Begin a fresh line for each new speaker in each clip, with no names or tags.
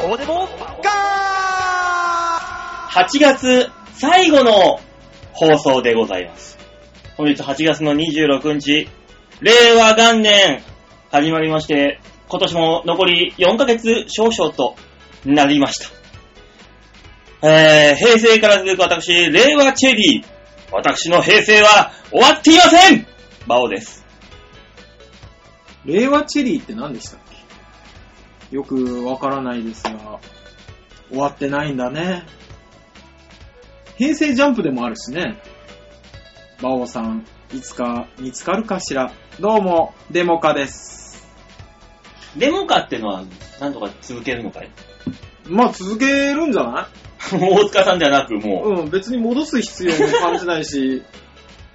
こでもガ
8月最後の放送でございます。本日8月の26日、令和元年始まりまして、今年も残り4ヶ月少々となりました。えー、平成から続く私、令和チェリー。私の平成は終わっていませんバオです。
令和チェリーって何でしたっけよくわからないですが、終わってないんだね。平成ジャンプでもあるしね。バオさん、いつか見つかるかしら。どうも、デモカです。
デモかってのは、なんとか続けるのかい
まあ続けるんじゃない
大塚さんではなく、もう、
うん、別に戻す必要も感じない し、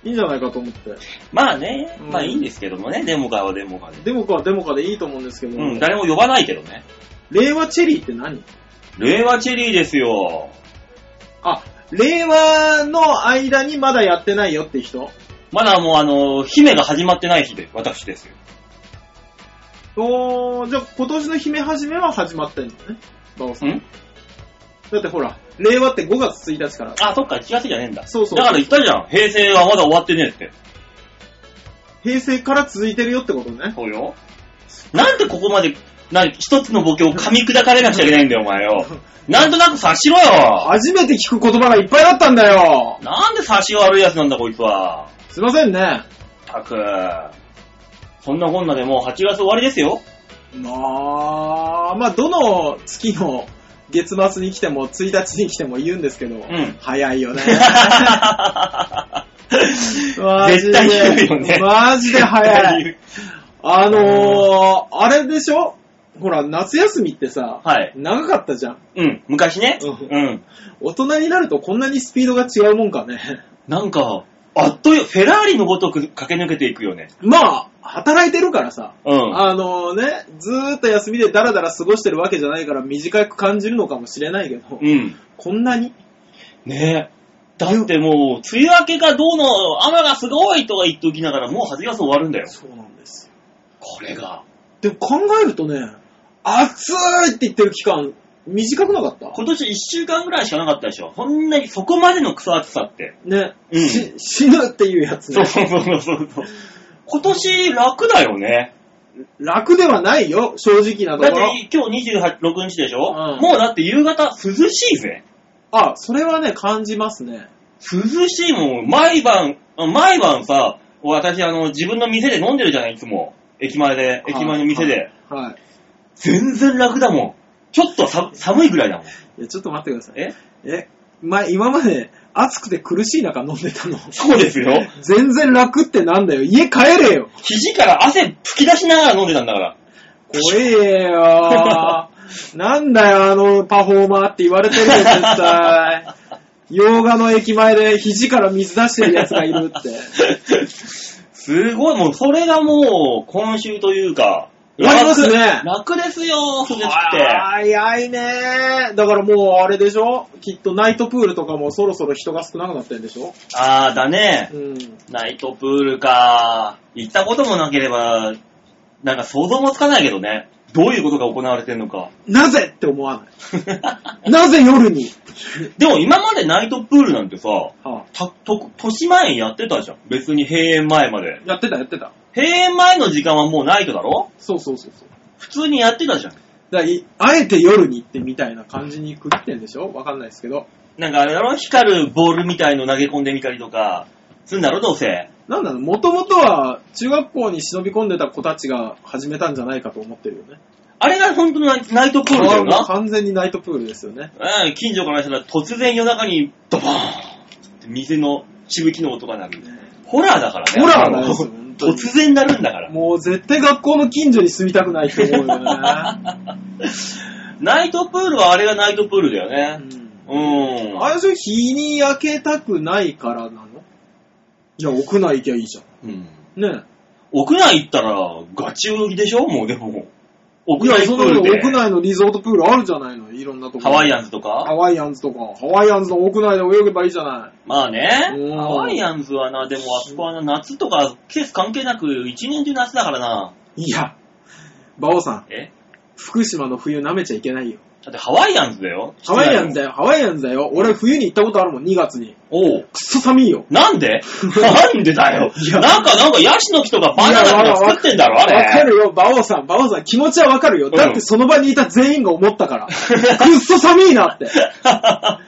いいんじゃないかと思って。
まあね、
うん
まあいいんですけどもね、デモかはデモかで。
デモカはデモカでいいと思うんですけど、
うん、誰も呼ばないけどね。
令和チェリーって何
令和チェリーですよ。
あ、令和の間にまだやってないよって人
まだもうあの、姫が始まってない日で、私ですよ。
おー、じゃあ今年の姫始めは始まってんのね。バオさん。
ん
だってほら、令和って5月1日から。
あ、そっか、1月じゃねえんだ。
そうそう
だから言ったじゃん。平成はまだ終わってねえって。
平成から続いてるよってことね。
そうよ。なんでここまで、な、一つのボケを噛み砕かれなくちゃいけないんだよ、お前 よ。なんとなく察しろよ。
初めて聞く言葉がいっぱいだったんだよ
なんで察し悪いやつなんだ、こいつは。
すいませんね。
たく。そんなこんなでもう8月終わりです よ。
まあ、まあ、どの月の月末に来ても、1日に来ても言うんですけど、
ん
早いよ ね。
絶対言うよね。
マジで早 い。。あのー、あれでしょほら、夏休みってさ、
はい。
長かったじゃん。
うん、昔ね。
うん
うん。
大人になるとこんなにスピードが違うもんかね。
なんか、あっという、フェラーリのごとく駆け抜けていくよね。
まあ、働いてるからさ。
うん。
あのね、ずーっと休みでダラダラ過ごしてるわけじゃないから短く感じるのかもしれないけど、
うん。
こんなに
ねえ。だってもう、梅雨明けがどうの、雨がすごいとか言っておきながら、もう8月終わるんだよ。
そうなんですよ。
これが。
でも考えるとね、暑いって言ってる期間、短くなかった
今年1週間ぐらいしかなかったでしょ。そんなに、そこまでのクソ暑さって。
ね、
うん
し死ぬっていうやつ
そう
ね。
そうそうそうそう。今年楽だよね。
楽ではないよ、正直な
だっ
ところ。
て今日26日でしょ、
うん
もうだって夕方涼しいぜ。
あ、それはね、感じますね。
涼しいもん。毎晩、あ毎晩さ、私あの、自分の店で飲んでるじゃない、いつも。駅前で、駅前の店で。
はい。
全然楽だもん。ちょっとさ寒いぐらいだもん。
いや、ちょっと待ってください。
え
え、ま、今まで暑くて苦しい中飲んでたの。
そうですよ。
全然楽ってなんだよ。家帰れよ。
肘から汗吹き出しながら飲んでたんだから。
怖え よ。なんだよ、あのパフォーマーって言われてるよ、絶対。洋画の駅前で肘から水出してる奴がいるって。
すごい、もうそれがもう、今週というか、
やりますね
楽楽ですよ、鈴木って。
早いねだからもうあれでしょきっとナイトプールとかもそろそろ人が少なくなってるんでしょ
あーだね
う。ん。
ナイトプールか。行ったこともなければ、なんか想像もつかないけどね。どういうことが行われてんのか。
なぜって思わない。なぜ夜に、
でも今までナイトプールなんてさ、
はあ
たと年前にやってたじゃん。別に閉園前まで。
やってたやってた。
閉園前の時間はもうナイトだろ
そうそうそうそう。
普通にやってたじゃん。
だからいあえて夜に行ってみたいな感じに区切ってんでしょわかんないですけど。
なんかあれだろ光るボールみたいの投げ込んでみたりとか、するんだろどうせ。
なんだろう、もともとは中学校に忍び込んでた子たちが始めたんじゃないかと思ってるよね。
あれが本当のナイナイトプールだよ
あーもう
な。
完全にナイトプールですよね。
うん、近所からしたら突然夜中にドボーンって店のしぶきの音が鳴る。ホラーだからね。
ホラーだよ
もう
本当に
突然鳴るんだから。
もう絶対学校の近所に住みたくないと思うよね。
ナイトプールはあれがナイトプールだよ
う
ね。
ん
うん。
あれでしょ日に焼けたくないからなのいや、屋内行きゃいいじゃ
うん
ん。ね
屋内行ったらガチ泳ぎでしょもうでも。屋
いや、
内プ
そ
ール
の
で。
屋内のリゾートプールあるじゃないのいろんなところ。
ハワイア
ン
ンズと
ズ。ハ
か
ワイアンズとか。ハワイアンズの屋内で泳げばいいじゃない。
まあね。
うん
ハワイアンズはな、でもあそこはな、夏とか季節関係なく一年中夏だからな。
いや、馬王さん、
え
福島の冬舐めちゃいけないよ。
だってハワイアンズだよ。
ハワイアンズ
だ
だよ、ハワイアンズだよ。俺冬に行ったことあるもん、2月に。
おう。
くっそ寒いよ。
なん でなんでだよ。
いや
なんか、なんか、ヤシの木とかバナナとか作ってんだろ、あ
わか
れ。
るよ、馬王さん、馬王さん、気持ちはわかるよ。
うん
だってその場にいた全員が思っ たから。くっそ寒いなって。
な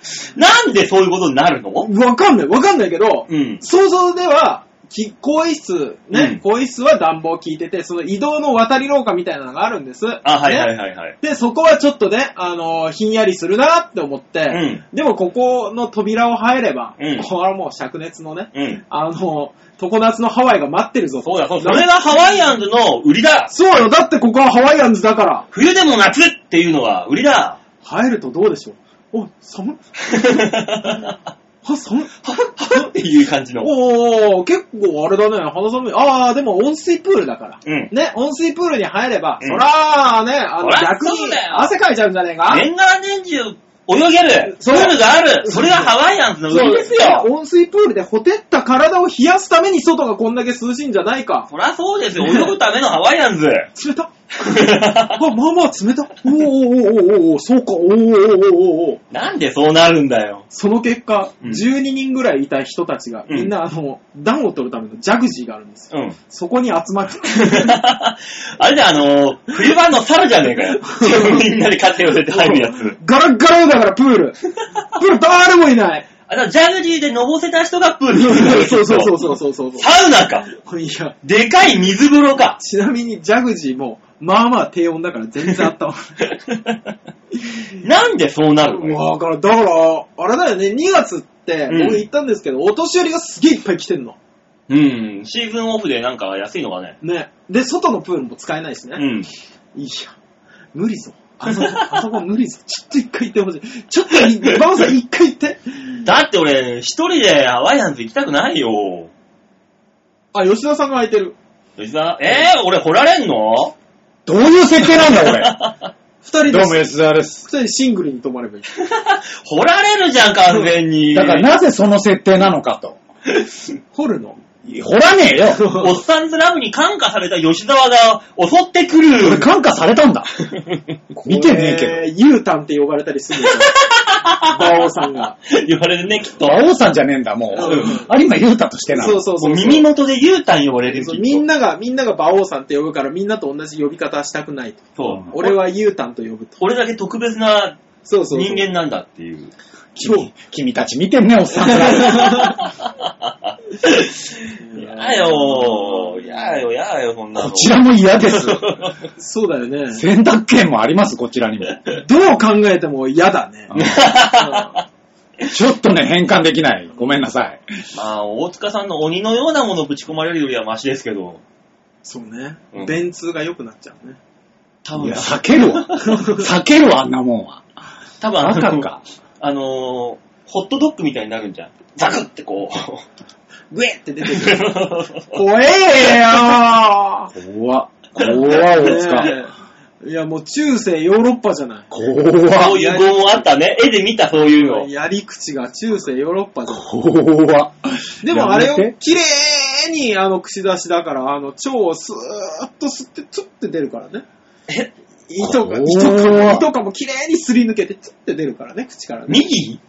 んでそういうことになるの
わかんない、わかんないけど、
うん。
想像では、き更衣室、
う
ね
ん、
更衣室は暖房効いてて、その移動の渡り廊下みたいなのがあるんです。
あ、はいはい
ね
はいはい。
で、そこはちょっとね、あのーひんやりするなって思って、
うん
でもここの扉を入れば、
うん
これはもう灼熱のね、
うん。
あのー常夏のハワイが待ってるぞと
そうだ、そうだ。それがハワイアンズの売りだ。
そうよ、だってここはハワイアンズだから。
冬でも夏っていうのは売り だ。
入るとどうでしょうお、寒っあ、寒っ
っていう感じの。
おー、結構あれだね、肌寒い。あー、でも温水プールだから。
うん
ね、温水プールに入れば、
うん
そらーね、あ
そ
の
ら
逆
そう
に
だよ
汗かいちゃうんじゃねえか
年がら年中泳げる、プ
そう
ールがある、それがハワイアンズの売りですよ。
温水プールでほてった体を冷やすために外がこんだけ涼しいんじゃないか。
そりゃそうですよ、泳ぐためのハワイ アンズ。
冷た。あ、まあまあ冷た。おーおーおーおーおーそうか、おーおーおーおーおー
なんでそうなるんだよ。
その結果、
うん
12人ぐらいいた人たちが、
うん
みんなあの、暖を取るためのジャグジーがあるんですよ。
うん。
そこに集まって、
あれだ、あのー、冬場の猿じゃねえか よ。みんなで肩寄せて入るやつ。
ガラッガラだからプー ル。プール誰もいない。
あの、ジャグジーでのぼせた人がプールに行くんだよ
そうそうそうそうそうそうそ
サウナか。
う。いや、
でかい水風呂 か。
ちなみにジャグジーも、まあまあ低温だから全然あ ったわ。
なんでそうなるのよ。
わからだから、あれだよね、2月って、
うん
僕行ったんですけど、お年寄りがすげえいっぱい来てんの。
うん。シーズンオフでなんか安いのかね。
ね。で、外のプールも使えないし
う
ね。
ん。
いや、無理ぞ。あそこ、あそこ無理ぞ。ちょっと一回行ってほしい。ちょっとい、バオさん一回行って。
だって俺、一人でハワイアンズ行きたくないよ。
あ、吉田さんが空いてる。
吉田、えー、俺掘られんの
どういう設定なんだ、
二人で、
俺。どうも、吉沢です。
二人でシングルに泊まればいい。
掘られるじゃん、完全に。
だから、なぜその設定なのかと。
掘るの
掘らねえよ
おっさんずラブに感化された吉沢が襲ってくる。
俺、感化されたんだ。見てねえけど。
ど。ゆうたんって呼ばれたりするんですよ。馬王さんが。
言われるね、きっと。
馬王さんじゃねえんだ、もう。有馬優太としてな。
そうそうそう。
耳元で言うたん呼ばれる
そ
きっ
う
と
みんなが、みんなが馬王さんって呼ぶから、みんなと同じ呼び方はしたくないと。
そう。
俺はゆうたんと呼ぶと。
俺だけ特別な
そうそうそう。
人間なんだっていう。
君、君たち見てんね、おっさんが。
やよー。やよ、やよ、そんなの。
こちらも嫌です。
そうだよね。
選択権もあります、こちらにも。
どう考えても嫌だ ね。
ちょっとね、変換できない。ごめんなさい。
まあ、大塚さんの鬼のようなものをぶち込まれるよりはマシですけど。
そうね
うん。
便通が良くなっちゃうね。
多
い
分
や、、避けるわ。避けるわ、あんなもんは。
多分
バ
あ
カ
の、
か。
あのー、ホットドッグみたいになるんじゃん。ザクってこう。
グエって出てくる。怖えよ
怖っ。怖っ、大塚。
ねえいや、もう中世ヨーロッパじゃない。
そう
怖っ。
いう語もあったね。絵で見たそういうの。
やり口が中世ヨーロッパじゃない。
怖っ。
でもあれ
や
を
めて
綺麗にあの口出しだから、あの腸をスーッと吸って、ツッて出るからね。糸が、
おー
糸かも、糸かも綺麗にすり抜けて、ツッて出るからね、口からね。
右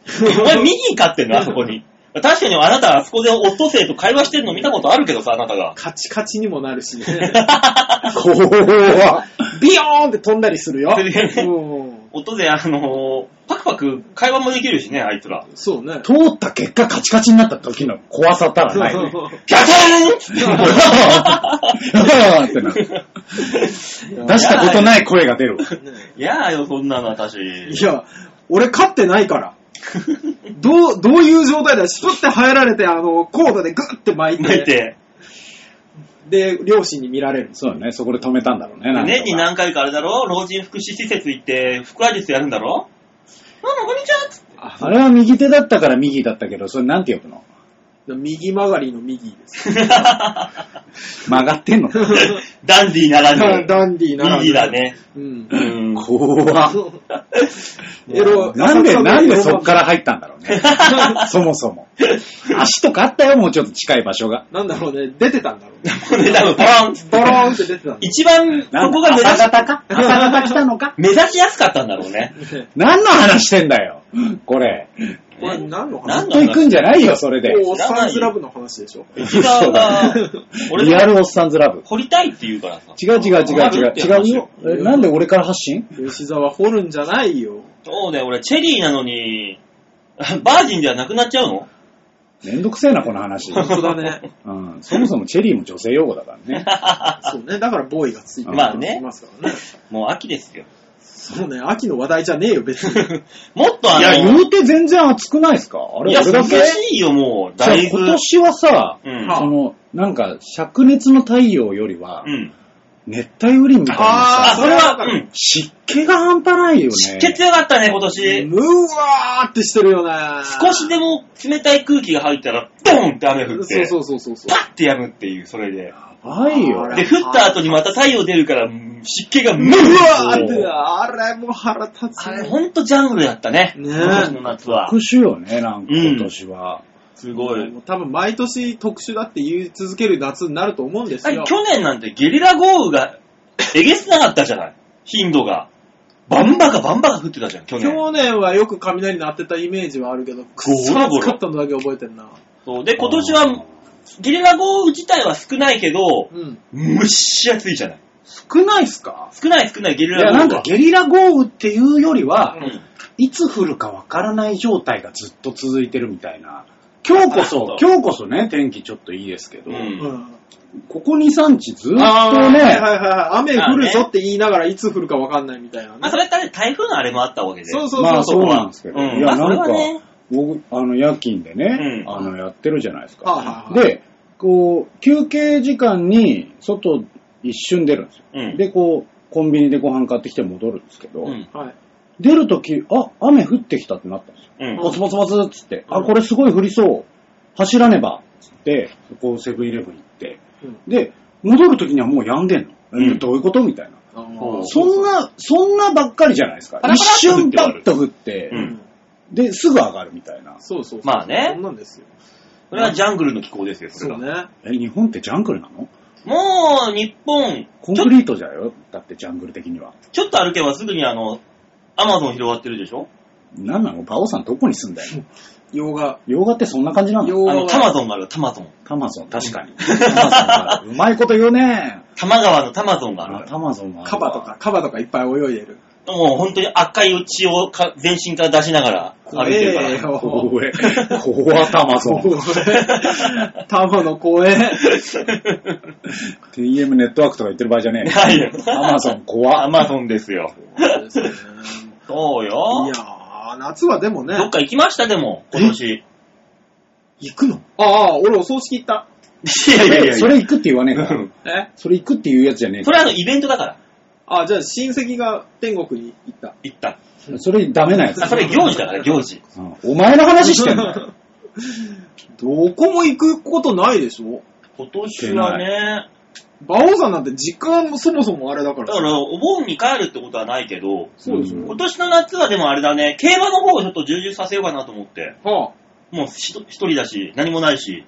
お前右飼ってんのあそこに。確かにあなた、あそこでオットセイと会話してるの見たことあるけどさ、あなたが。
カチカチにもなるしね。
怖っ。
ビヨーンって飛んだりするよ。
するよね
うん
オットセイ、あのー、パクパク会話もできるしね、あいつら。
そうね。
通った結果カチカチになった時の怖さたらないね。
キャ チャーン
うわーってなる出したことない声が出る。
いやーよ、そんなの私。
いや、俺飼ってないから。どう、どういう状態だシュッて入られて、あの、コードでグッて巻い
泣い
て、
て。
で、両親に見られる。
そうだね、そこで止めたんだろうね。なんとか
年に何回かあれだろ老人福祉施設行って、腹話術やるんだろママ、こんにちはっつって。
あれは右手だったから右だったけど、それなんて呼ぶの
右曲がりの右 です。
曲がってんの
ダンディーなら
ダ
ぬ。
ダンディーならぬ
右だね。
うん
う。ん。うん。
怖っ
エロ
なんで、なんでそっから入ったんだろうね。そもそも。足とかあったよ、もうちょっと近い場所が。
なんだろうね、出てたんだろうね。
これ多分、 パン
ドローンって出てたんだ
一番、ここが目
朝
立ち、
方か朝方来たのか
目指しやすかったんだろうね。
ね
何の話してんだよ、これ。
これ何の話
何の
と行くんじゃないよ、それで。
もうおっさんずラブの話でしょ。
内側が、俺
リア
が
ルおっさんずラブ。
掘りたいって言うからさ。
違う違う違う違う。違うよ。
違う
えなんで俺から発信
吉沢掘るんじゃないよ。
そうだよ、俺、チェリーなのに、バージンではなくなっちゃうの
めんどくせえな、この 話。
本当だね。
うん、そもそもチェリーも女性用語だからね。
そうね。だからボーイがついてる
まあね
ますからね。
もう秋ですよ。
そうね。秋の話題じゃねえよ、別に。
もっとあの、
いや、言うて全然熱くないですかあれ、
いや、
俺だ
涼
け
しいよ、もう、だいぶ。
今年はさ、
うん。
あ
その、なんか、灼熱の太陽よりは
う、ん。
熱帯雨林みたいな
あ、
さ、
それは、うん。
湿気が半端ないよね。
湿気強かったね、今年。
うわーってしてるよね。
少しでも冷たい空気が入ったら、ドーンって雨降って、
そうそうそうそうそう。
パッてやむっていう、それで。
やばいよ
あ。
で、
れ
降った後にまた太陽出るから、うん湿気がム
うわ
ワ
ー
ー
っ、
ってて。
あれもう腹立つ
あ
ね。
れ、ほんとジャングルだったね。
ねえ
今年の夏は
特。殊よね、なんか今年は。
すごい
も。う多分毎年特殊だって言い続ける夏になると思うんです
あ
よ。
去年なんてゲリラ豪雨が、えげつなかったじゃない頻度が。バンバカバンバカ降ってたじゃん、去年。
去年はよく雷鳴ってたイメージはあるけど、くっそ暑かったのだけ覚えてんな。
そうで、今年は、ゲリラ豪雨自体は少ないけど、
うん。
蒸し暑いじゃない。
少ないっすか
少ない少ないゲリ
いや、
ラ豪
なん
雨
か
は。
ゲリラ豪雨っていうよりは、
うん
いつ降るかわからない状態がずっと続いてるみたいな。今日こそ
あ、
今日こそね、天気ちょっといいですけど、
うん。
う
うん。
ん。
ここ2、3日ずっ
あ
と
ーはい
ね、
はいはい。雨降るぞって言いながらいつ降るかわかんないみたいなね。
まあ、それってね台風のあれもあったわけで。
そうそうそう。
まあそうなんですけど、
うん
いや、
まあそ
な
れ
ん
は
か、
ね
僕、あの、夜勤でね、
うん
あの、やってるじゃないです
は
か。
いはいはい、
で、こう、休憩時間に外一瞬出るんですよ。
うん。
で、こう、コンビニでご飯買ってきて戻るんですけ
う
ど、
ん。
はい。
出るとき、あ、雨降ってきたってなったんですよ。
うん。
モツモツモツっつって、
う
あ、
ん
これすごい降りそう。走らねば。つって、こうセブンイレブン行って。
うん
で、戻るときにはもう止んでんの。
うん
どういうことみたいな。
あ
そ
ー
う
そんな、そんなばっかりじゃないですか
パ。ラ
一
パラっと降って終わる
瞬パッと降って、
う
うんん
で、すぐ上がるみたいな。
そうそうそう。
まあね
そんなんですよ。
それはジャングルの気候ですよ、そ
そ
れ
う
が。
ね。
え、日本ってジャングルなの
もう、日本、
コンクリートじゃよ。だってジャングル的には。
ちょっと歩けばすぐにあの、アマゾン広がってるでしょ
なんなのバオさんどこに住んだ よ。
洋画。
洋画ってそんな感じなの
洋
あ
画
の、タマゾンがあるよ、タマゾン。
タマゾン、確かに。タマゾンがあるうまいこと言うね。
多摩川のタマゾ ンがある
あ
か
タマゾンがあるわ
カバとか、カバとかいっぱい泳いでる。
ら。もう本当に赤い血をか全身から出しながら歩
怖
いてるか
え
ら。
よ。
怖え。怖タマゾン。
タマの怖え。
TM ネットワークとか言ってる場合じゃね え。
ないよ。
アマゾン
ア
怖っ。
マゾンですよ。
い
そうよ。
やー、夏はでもね
どっ、か行きましたでも、今年。
行くのああ、俺お葬式行った。
いや
それ行くって言わねえか
うん。
ら
え
それ行くって言うやつじゃねえ
そ
か
れはあの、イベントだから、
あ、じゃあ親戚が天国に行った。
行った。
ら。それダメなやつ
あ、。それ行事だから、行事。
うんお前の話してん だよ。
どこも行くことないでしょ
今年はね、
馬王さんなんて時間もそもそもあれだか
だ
ら。
から、お盆に帰るってことはないけど、
そうでしょ、
うん
今年の夏はでもあれだね、競馬の方をちょっと充実させようかなと思って。
はあ、
もうひと一人だし、何もないし。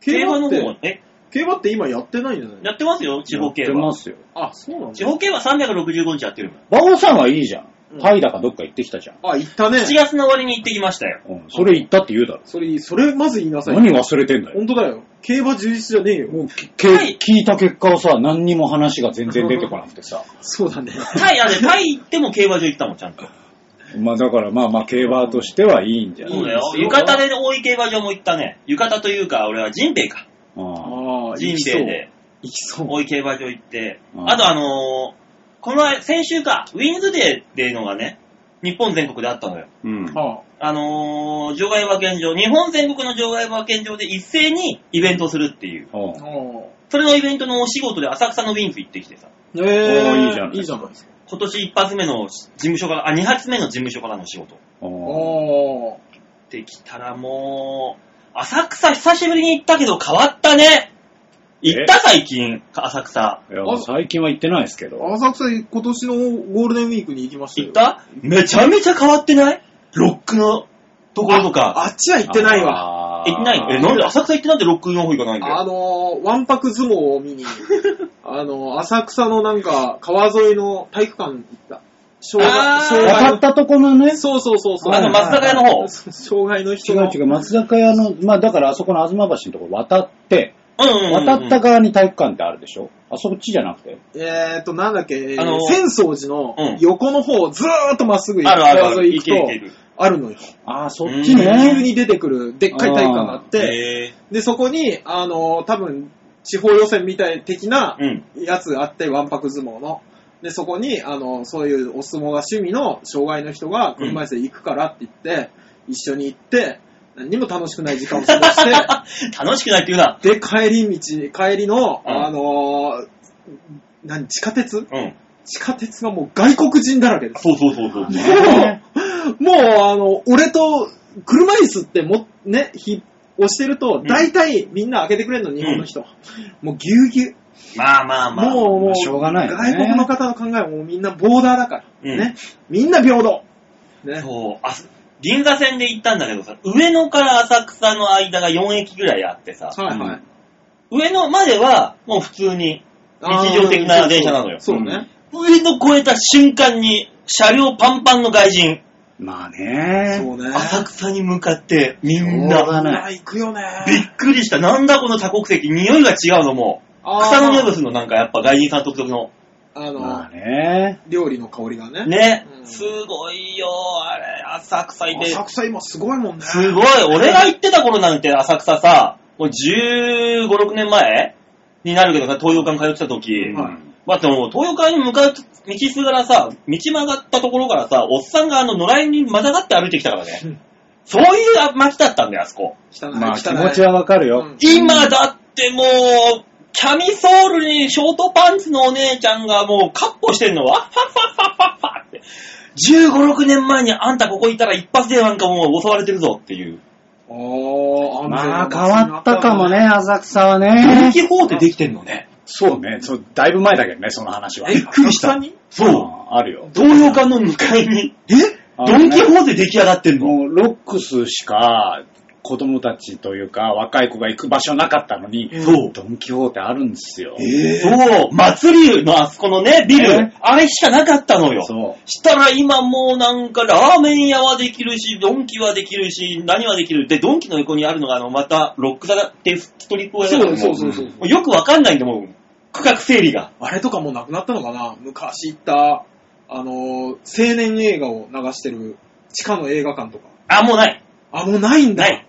競馬
競馬の
って、
方、え、
競馬って今やってないんじゃない
やってますよ、地方競
やって
馬
ま。すよ。
あ、そうなん
地
だ。
方競馬365日やってるもん。
バオさんはいいじゃん
うん。
タイだかどっか行ってきたじゃん。
あ、行ったね。
7月の終わりに行ってきましたよ。
うんそれ行ったって言うだろ。
それ、それまず言いなさい。
何忘れてんだよ。
本当だよ。競馬充実じゃねえよ。
もうけけ
はい
聞いた結果をさ、何にも話が全然出てこなく てさ。
そうだね。
タイ、あれ、タイ行っても競馬場行ったもん、ちゃんと。
まあだからまあまあ競馬としてはいいんじゃない
そうだよ。浴衣で大井競馬場も行ったね。浴衣というか、俺はジンベイか。
ああ
ああ、
ジン
行きそ
ベイ
う。
で
行きそう。
大井競馬場行って。
うん
あとあのーこの前、先週か、ウィンズデーっていうのがね、日本全国であったのよ。
うん。
は
あのー場外馬券場、日本全国の場外馬券場で一斉にイベントをするっていう。
お
あ。
う
はあ。
それのイベントのお仕事で浅草のウィンズ行ってきてさ。
ええ
いいじゃない
いいじゃないですか。
今年一発目の事務所から、あ、二発目の事務所からの仕事。
おう
ああ。
できたらもう、浅草久しぶりに行ったけど変わったね。行った最近、浅草。
いやもう最近は行ってないですけど。
浅草今年のゴールデンウィークに行きましたよ
行っためちゃめちゃ変わってないロックのところと
あ
か。
あっちは行ってないわ。
わ
行ってないのえ、なんで浅草行ってなんでロックの方行かないんだよ。
あのー、わんぱく相撲を見に、あのー、浅草のなんか、川沿いの体育館行った。障
あー
害、障害
渡
の
ったとこのね、
そうそうそうそう。
あの、松坂屋の方。うん
障害の
違
人
う
の。
違う、松坂屋の、まあだからあそこの東橋のとこ渡って、
うんうんうん
渡った側に体育館ってあるでしょあそこっちじゃなくて。
えーと、なんだっけ、えー
あのー
浅草寺の
うん
横の方、ずーっとまっすぐ行
あるあるあ
川
る。
沿い
行
行
ける行け
く
る。
と、あるのよ。
ああ、そっ
っ
ち
ち
ね
ね。
急に出てくる、でっかい体育館があって、
へ
で、そこに、あのー、多分、地方予選みたい的な
ーうん。
やつがあって、わんぱく相撲の。で、そこに、あの、そういうお相撲が趣味の障害の人が車椅子で行くからって言って、一緒に行って、何にも楽しくない時間を過 ごし
楽しくないって言うな。
て、で、帰り道、帰りの、
うん
あのー何、地下鉄
うん。
地下鉄がもう外国人だらけです。
そうそうそうそう。
ね
もう、あの、俺と、車椅子っても、ね、ひ、押してると
ん、
大体みんな開けてくれるの、日本の人。もうぎゅうぎゅう。
まあまあまあ。
もう、も
まあ
う、
しょうがないよね
外国の方の考えはもうみんなボーダーだから。
うん
ね。みんな平等。ね。
そう、あす銀座線で行ったんだけどさ、上野から浅草の間が4駅ぐらいあってさ、
はいはい。
上野まではもう普通に、日常的な電車なのよ
そうそうね。
上野越えた瞬間に車両パンパンの外人、
ま
そ
あね。
うね。
浅草に向かってみん
しょう
な、
がない
あ行くよね。
びっくりした。なんだこの多国籍、匂いが違うのもう。
あー
草の匂いがするの、なんかやっぱ外人さん独特の。
あ
ま
の、
あね。
料理の香りがね。
ね
う。ん
すごいよ、あれ、浅草いて。
浅草今すごいもんね。
すごい。俺が行ってた頃なんて浅草さ、もう15、6年前になるけどさ、東洋館通ってた時。
う
はい
ん
だってもう東洋館に向かう道すがらさ、道曲がったところからさ、おっさんがあの野良犬にまたがって歩いてきたから
う
ね
ん。
そういう街だったんだよ、あそこ。
汚い。
まあ気
汚い
持ちはわかる
う
よ
ん。
今だってもう、キャミソールにショートパンツのお姉ちゃんがもうカッポしてんのわっはっはっはっはっはって。15、6年前にあんたここいたら一発でなんかもう襲われてるぞっていう。
おー、
まあ
安全な街
変わったかもね、浅草は
ドン・
ね。
キホーテできてんのね。
そうね。そうだいぶ前だけどね、その話は。
になった。え、
くりした
浅草に
そう。
あるよ。
東洋館の向かいに、
え
ドン・キホーテ出来上がってんの。
もうロックスしか子供たちというか若い子が行く場所なかったのに、
そう
ドン・キホーテあるんですよ。
そう、祭りのあそこのね、ビル
ね、
あれしかなかったのよ。
そう。
したら今もうなんかラーメン屋はできるし、ドンキはできるし、何はできる。で、ドンキの横にあるのが、あの、また、ロックザっていうストリップをや
そうそうそうそう。
よくわかんないんで、もう、区画整理が。
あれとかもうなくなったのかな昔行った、あのー、青年映画を流してる地下の映画館とか。
あ、もうない。
あ、もうないんだ。
ない。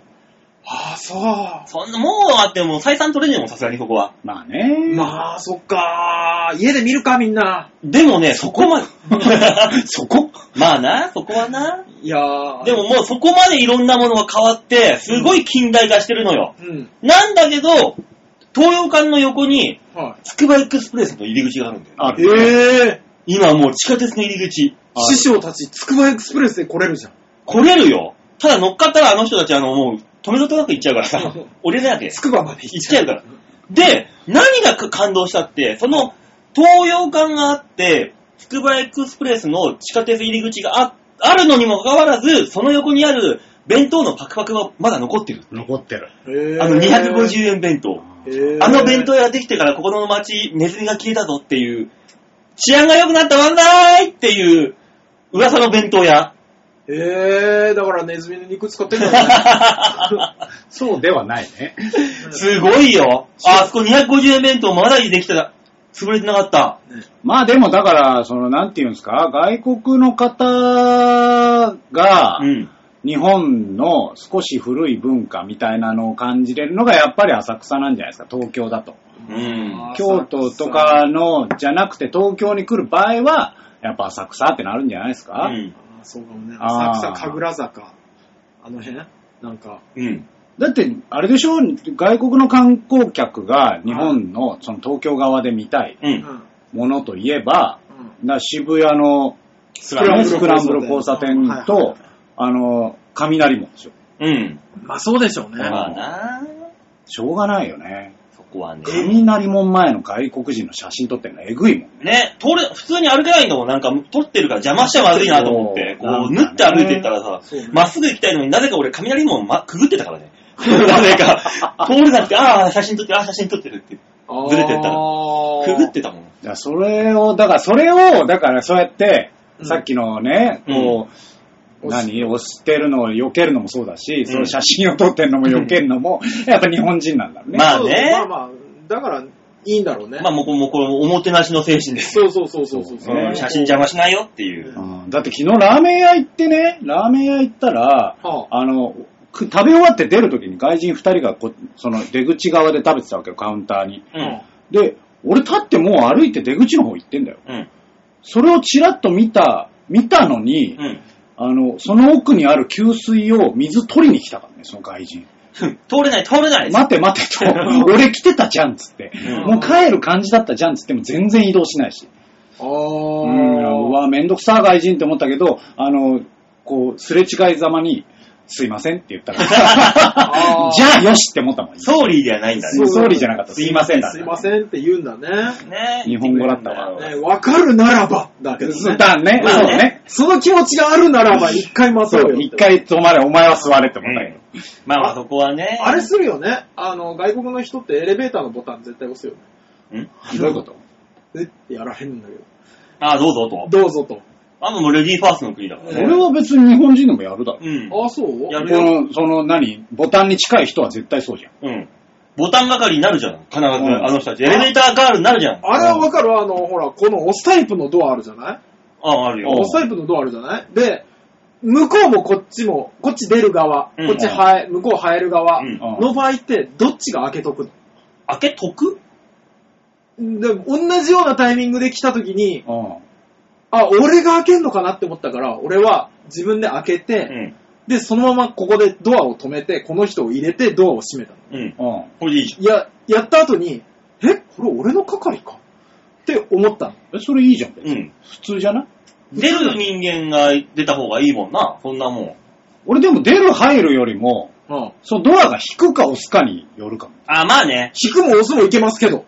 ああ、そう。
そんな、もうあっても、採算取れねえもん、さすがにそこは。
まあね。
まあ、そっかー。家で見るか、みんな。
でもね、そこまで。
そこ
まあな、そこはな。
いやー。
で、ももうそこまでいろんなものが変わって、すごい近代化してるのよ。
うん。
なんだけど、東洋館の横に、
はい。
つくばエクスプレスの入り口があるんだよ。
ある、
ええ
今もう地下鉄の入り口。
ー。師匠たち、つくばエクスプレスで来れるじゃん。
来れるよ。ただ乗っかったらあの人たちあのもう止めとなく行っちゃうからさ
うん、
降りれなきゃ
つくばまで
行っちゃうから。で、何がか感動したって、その東洋館があって、つくばエクスプレスの地下鉄入り口がああるのにもかかわらず、その横にある弁当のパクパクはまだ残ってる。
残ってる。
え
あの250円弁当。
えー
あの弁当屋ができてからここの街、ネズミが消えたぞっていう、治安が良くなったわんだーいっていう、噂の弁当屋。
ええー、だからネズミの肉使ってんだね。
そうではないね。
すごいよ。あそこ250円弁当まだできてた。潰れてなかった。
まあでもだから、その、なんていうんですか、外国の方が
う、ん。
日本の少し古い文化みたいなのを感じれるのがやっぱり浅草なんじゃないですか、東京だと。
うん。
京都とかの、じゃなくて東京に来る場合は、やっぱ浅草ってなるんじゃないですか、
うん。
あーそうかもね。
あー
浅草、神楽坂。あの辺なんか。
うん。
だって、あれでしょ外国の観光客が日本の、その東京側で見たいう
うん
ん。
ものといえば、
うん
な渋谷の
ス
ラム
スクランブル交差点
はいはいは
と
い、
あの、雷門でしょ。
うん。
まあそうでしょうね。
まあなー
しょうがないよね。
そこはね。
雷門前の外国人の写真撮ってるのえぐいもん。
ね、通れ、普通に歩けないんだもん、なんか、撮ってるから邪魔しちゃまずいなと思って、
そ
こう、
う
縫って歩いてったらさ
そうね、
まっすぐ行きたいのになぜか俺、雷門、ま、くぐってたからね。 なぜか、通れなくて、ああ、写真撮ってる、ああ、写真撮ってるって、ずれてったらくぐってたもん。
だからそれを、だからそれを、だからそうやって、
うん
さっきのね、
うん
こう、何押してるのを避けるのもそうだし、
ん
その写真を撮ってるのも避けるのも、やっぱ日本人なんだろうね。
まあね
そうまあまあ、だから、いいんだろうね。
まあ、もう、これもうこれ、おもてなしの精神です。
そうそうそうそうそう
そ
そうう、
ね
うん写真邪魔しないよっていう。
うんだって昨日ラーメン屋行ってね、ラーメン屋行ったら、
は
あの、く食べ終わって出るときに外人二人がこその出口側で食べてたわけよ、カウンターに。
う。
うん
で、俺立ってもう歩いて出口の方行ってんだよ。
うん。
それをチラッと見た、見たのに、
うん。
あの、その奥にある給水を水取りに来たからね、その外人。
通れない、通れない。
待て待てと、 俺来てたじゃんっつって。
うん
もう帰る感じだったじゃんっつっても全然移動しないし。
あ
う
ー
ん、うわ、めんどくさ外人って思ったけど、あの、こう、すれ違いざまに、すいませんって言ったから、
あー
じゃあよしって思ったもん。
ソーリーではないんだ
そ
ね
う。総理じゃなかった。すいませんだ
すいませんって言うんだね。
ね
日本語だったわ
ね、わかるならば、だけどね、
だね。
まあ
そう
ね
ね。
その気持ちがあるならば、一回待
そ
とうよ。
う、一。回止まれ、お前は座れって思ったけど。
まあまあ、そこはね。
あれするよね。あの、外国の人ってエレベーターのボタン絶対押すよね。
ん
どういうこと
えってやられるんだけど。
ああ、どうぞと。
どうぞと。
あもうレディーファーストの国だから
そ
ね。
れは別に日本人でもやるだろ。
うん。
ああ、そう
や
こ
るよ。
の、その何、ボタンに近い人は絶対そうじゃん。
うん。ボタン係になるじゃん。必ず、
ん
あの人たち。エレベーターガールになるじゃん。あ
あれはわかるあの、ほら、この押すタイプのドアあるじゃない
あ、ある
うん
よ
押。すタイプのドアあるじゃないで、向こうもこっちも、こっち出る側、
うん
こっちはえ、向こう入る側
うん
の場合って、どっちが開けとく
開けとく
で同じようなタイミングで来た時に、
うん。
あ、俺が開けんのかなって思ったから、俺は自分で開けて、
うん。
で、そのままここでドアを止めて、この人を入れてドアを閉めたの。
うん。
うん。
これでいいじ
いや、やった後に、えこれ俺の係かって思ったの。
え、それいいじゃん、別
ゃん。う
に
ん。
普通じゃない
出る人間が出た方がいいもんな。そんなもん。
俺でも出る入るよりも、
うん。
そのドアが引くか押すかによるかも。
あ、まあね。
引くも押すもいけますけど。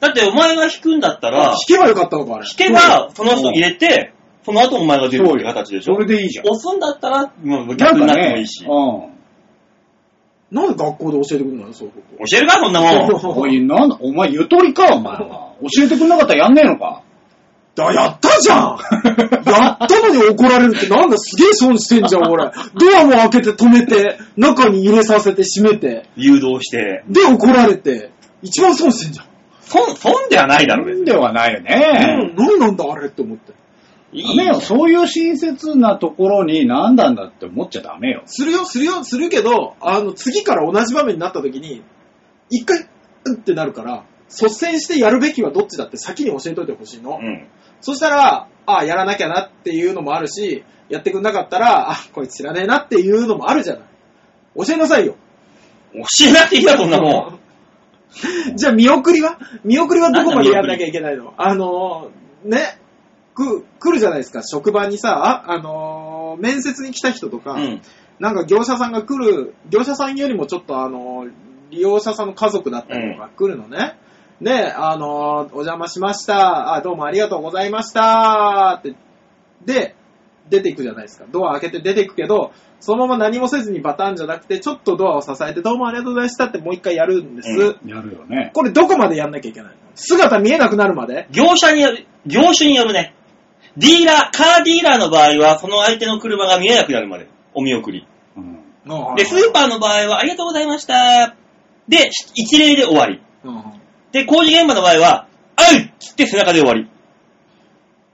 だってお前が引くんだったら
引、けばよかったのか、あれ。
引けば、その人入れて、その後お前が出るっていう形でしょ
そ。れでいいじゃん。
押すんだったら、もう
な
逆
ん
にな
か
ってもい
ね
いし、。
う
なんで学校で教えてくるのよ、そういうこと。
教えるか、そんなもん。
ん。おい、なんだ、お前ゆとりか、お前は。教えてくんなかったらやんねえのか。
だ、やった じゃんやったのに怒られるってなんだ、すげえ損してんじゃん、俺。ドアも開けて止めて、中に入れさせて閉めて、
誘導して。
で怒られて、一番損してんじゃん。
損、損ではないだろ、別に。
ではないよ
う
ね。
ん、何なんだ、あれって思って。
ダメよ、そういう親切なところに何なんだって思っちゃダメよ。
するよ、するよ、するけど、あの、次から同じ場面になった時に、一回、うんってなるから、率先してやるべきはどっちだって先に教えといてほしいの。
うん。
そしたら、ああ、やらなきゃなっていうのもあるし、やってくんなかったら、あ、こいつ知らねえなっていうのもあるじゃない。教えなさいよ。
教えなくていいだろ、そんなもん。
じゃあ、見送りは見送りはどこまでやんなきゃいけないのあのー、ね、く、来るじゃないですか、職場にさ、あ、あのー面接に来た人とか、
うん。
なんか業者さんが来る、業者さんよりもちょっとあの、利用者さんの家族だったりとか来るのね。で、あの、お邪魔しました。あ、どうもありがとうございました。って、で、出ていくじゃないですか。ドア開けて出ていくけど、そのまま何もせずにバタンじゃなくて、ちょっとドアを支えて、どうもありがとうございましたってもう一回やるんです。
うん
やるよね。
これどこまでやんなきゃいけないの姿見えなくなるまで
業者による、業種によるね。ディーラー、カーディーラーの場合は、その相手の車が見えなくなるまで、お見送り。
うん。
で、スーパーの場合は、ありがとうございました。で、し一例で終わり。
うん
で、工事現場の場合は、あいっつって背中で終わり。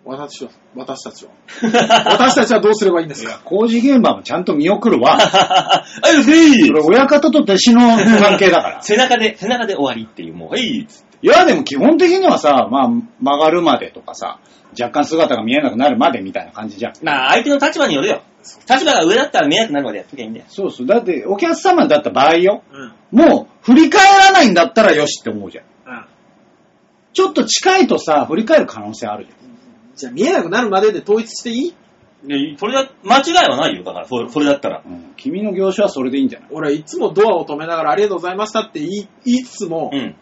私は、私たちは。私たちはどうすればいいんで
い
す
や
か、
工事現場もちゃんと見送るわ。
あいせ
それ
い
親方と弟子の関係だから。
背中で、背中で終わりっていう、もう、はいっつって。
いや、でも基本的にはさ、まあ、曲がるまでとかさ、若干姿が見えなくなるまでみたいな感じじゃん。
まあ、相手の立場によるよ。立場が上だったら見えなくなるまでやっときゃいいんだよ。
そうそう。だって、お客様だった場合よ。
うん。
もう、振り返らないんだったらよしって思うじゃん。
うん
ちょっと近いとさ、振り返る可能性あるじゃん。
じゃあ見えなくなるまでで統一していい
でそれだ、間違いはないよ、だから、それそれだったら。
うん君の業種はそれでいいんじゃない
俺、いつもドアを止めながらありがとうございましたって言い言いつつも、
うん。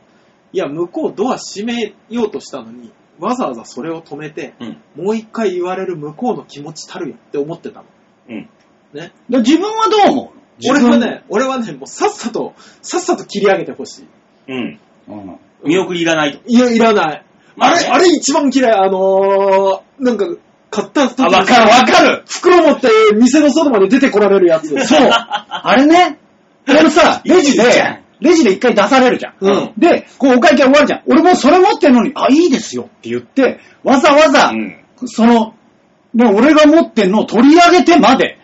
いや、向こうドア閉めようとしたのに、わざわざそれを止めて、
うん。
もう一回言われる向こうの気持ちたるやって思ってたの。
うん。
ね。
で自分はどう思う自
俺
分
は、ね、俺はね、もうさっさと、さっさと切り上げてほしい。
うん。
うん
見送りいらないと。
いや、いらない。
ま
あ
あ
れ、
ね
あれ一番嫌い。あのー、なんか、買った時
あ、
に
わかるわかる
袋持って店の外まで出てこられるやつ。
そう。あれね。俺もさ、レジで
いいじゃん、
レジで一回出されるじゃん。
うん
で、こうお会計終わるじゃん。俺もそれ持ってんのに、あ、いいですよって言って、わざわざ、
うん
その、ね、俺が持ってんのを取り上げてまで、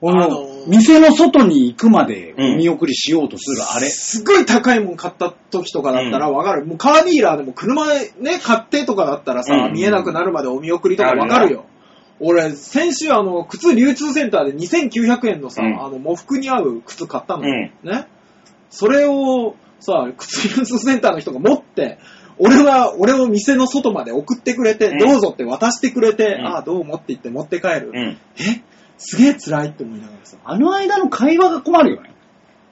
この
あのー
店の外に行くまで
うん
お見送りしようとする、あれ。
すっごい高いもん買った時とかだったらわかる。もうカーディーラーでも車ね、買ってとかだったらさ、
うん
見えなくなるまでお見送りとかわかるよ。俺、先週あの、靴流通センターで2900円のさ、
うん
あの、喪服に合う靴買ったの。
うん
ね。それをさ、靴流通センターの人が持って、俺は、俺を店の外まで送ってくれて、
うん
どうぞって渡してくれて、
うん
ああ、どうもって言って持って帰る。
うん。
えすげえ辛いって思いながらさ。
あの間の会話が困るよね。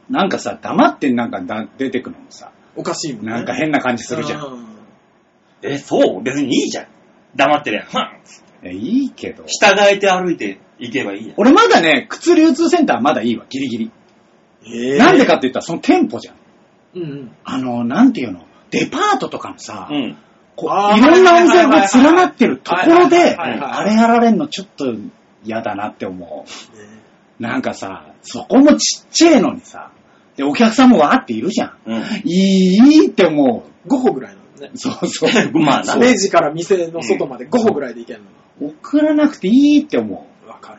なんかさ、黙ってなんかだ出てくのもさ、
おかしいもんね。
なんか変な感じするじゃん。
う。
え、そう別にいいじゃん。黙ってりゃ。ふん
いやいいけど。
従えて歩いていけばいいやん。
俺まだね、靴流通センターまだいいわ、ギリギリ。
えー
なんでかって言ったら、その店舗じゃん。
うんうん。
あの、なんていうの、デパートとかのさ、
うん。
こ
あ
う
ー
いろんなお店が連なってるところ
はい
で、
はいはいはいはい
あれやられんのちょっと嫌だなって思う。なんかさ、そこもちっちゃいのにさ、で、お客さんもわーっているじゃん。
うん。
いいって思
5歩ぐらいなのね
う。。そう そう。
まあな。
レジから店の外まで5歩ぐらいで行けるの。
送らなくていいって思
わかる。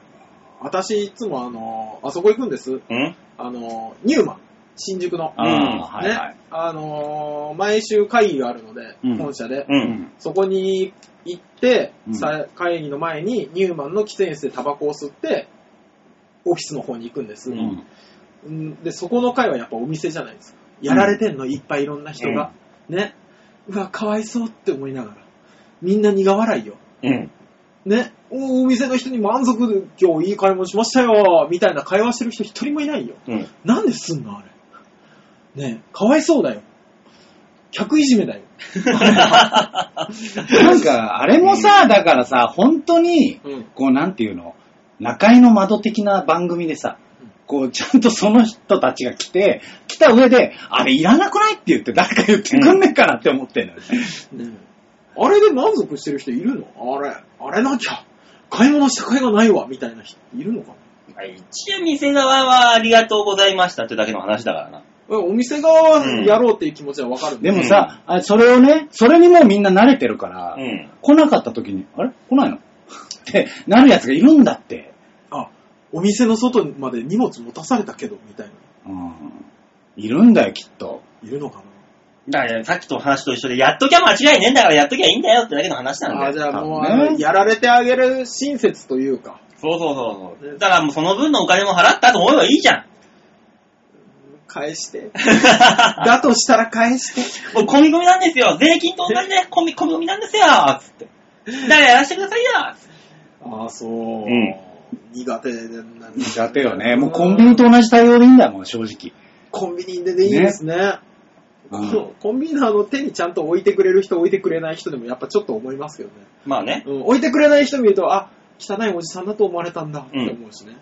私、いつもあの、あそこ行くんです。
うん。
あの、ニューマン。新宿の
う。。ああ、はいは
ね
い。。
あの、毎週会議があるので
う、ん
本社
う。。
で。
うん
そこに行って
う、ん
さ会議の前にニューマンの喫煙室でタバコを吸って、オフィスの方に行くんです。
う
うん。
うんで、そこの会はやっぱお店じゃないですか。やられてんの、いっぱいいろんな人が。ね。うわ、かわいそうって思いながら。みんな苦笑いよ。
うん。
ね。おお店の人に満足、今日いい買い物しましたよ、みたいな会話してる人一人もいないよ。
うん。
なんですんのあれ。ねえ、かわいそうだよ。客いじめだよ。
なんか、あれもさ、だからさ、本当に、
うん。
こう、なんていうの、中井の窓的な番組でさ
うん、
こう、ちゃんとその人たちが来て、来た上で、あれいらなくないって言って、誰か言ってくんねえかなって思ってんのよ。
ねえあれで満足してる人いるのあれ、あれなきゃ、買い物した甲斐がないわ、みたいな人いるのかな
まあ一応店側はありがとうございましたってだけの話だからな。
うんお店側はやろうっていう気持ちはわかるんだ
で
よ
もさ、あそれをね、それにもうみんな慣れてるから、
うん。
来なかった時に、あれ来ないのってなるやつがいるんだって。
あ、お店の外まで荷物持たされたけど、みたいな。
うん。いるんだよ、きっと。
いるのか
だからさっきと話と一緒で、やっときゃ間違いねえんだからやっときゃいいんだよってだけの話なん
な
だ
あ、
よ。
じゃあもう、
ね
あの、やられてあげる親切というか。
そうそうそうそう。だからもうその分のお金も払ったと思えばいいじゃ ん。
返して。 だとしたら返して。
もう込み込みなんですよ。税金と同じね、込み込み込みなんですよ。つって。だからやらせてくださいよ。つって
ああ、そう。
ん
苦手でな
苦手よね。もうコンビニと。同じ対応でいいんだもん、正 直。
コンビニででいいですね。こ
うん
のコンビニのあの手にちゃんと置いてくれる人、置いてくれない人でもやっぱちょっと思いますけどね。
まあね。
うん、置いてくれない人見ると、あ、汚いおじさんだと思われたんだって思うしね。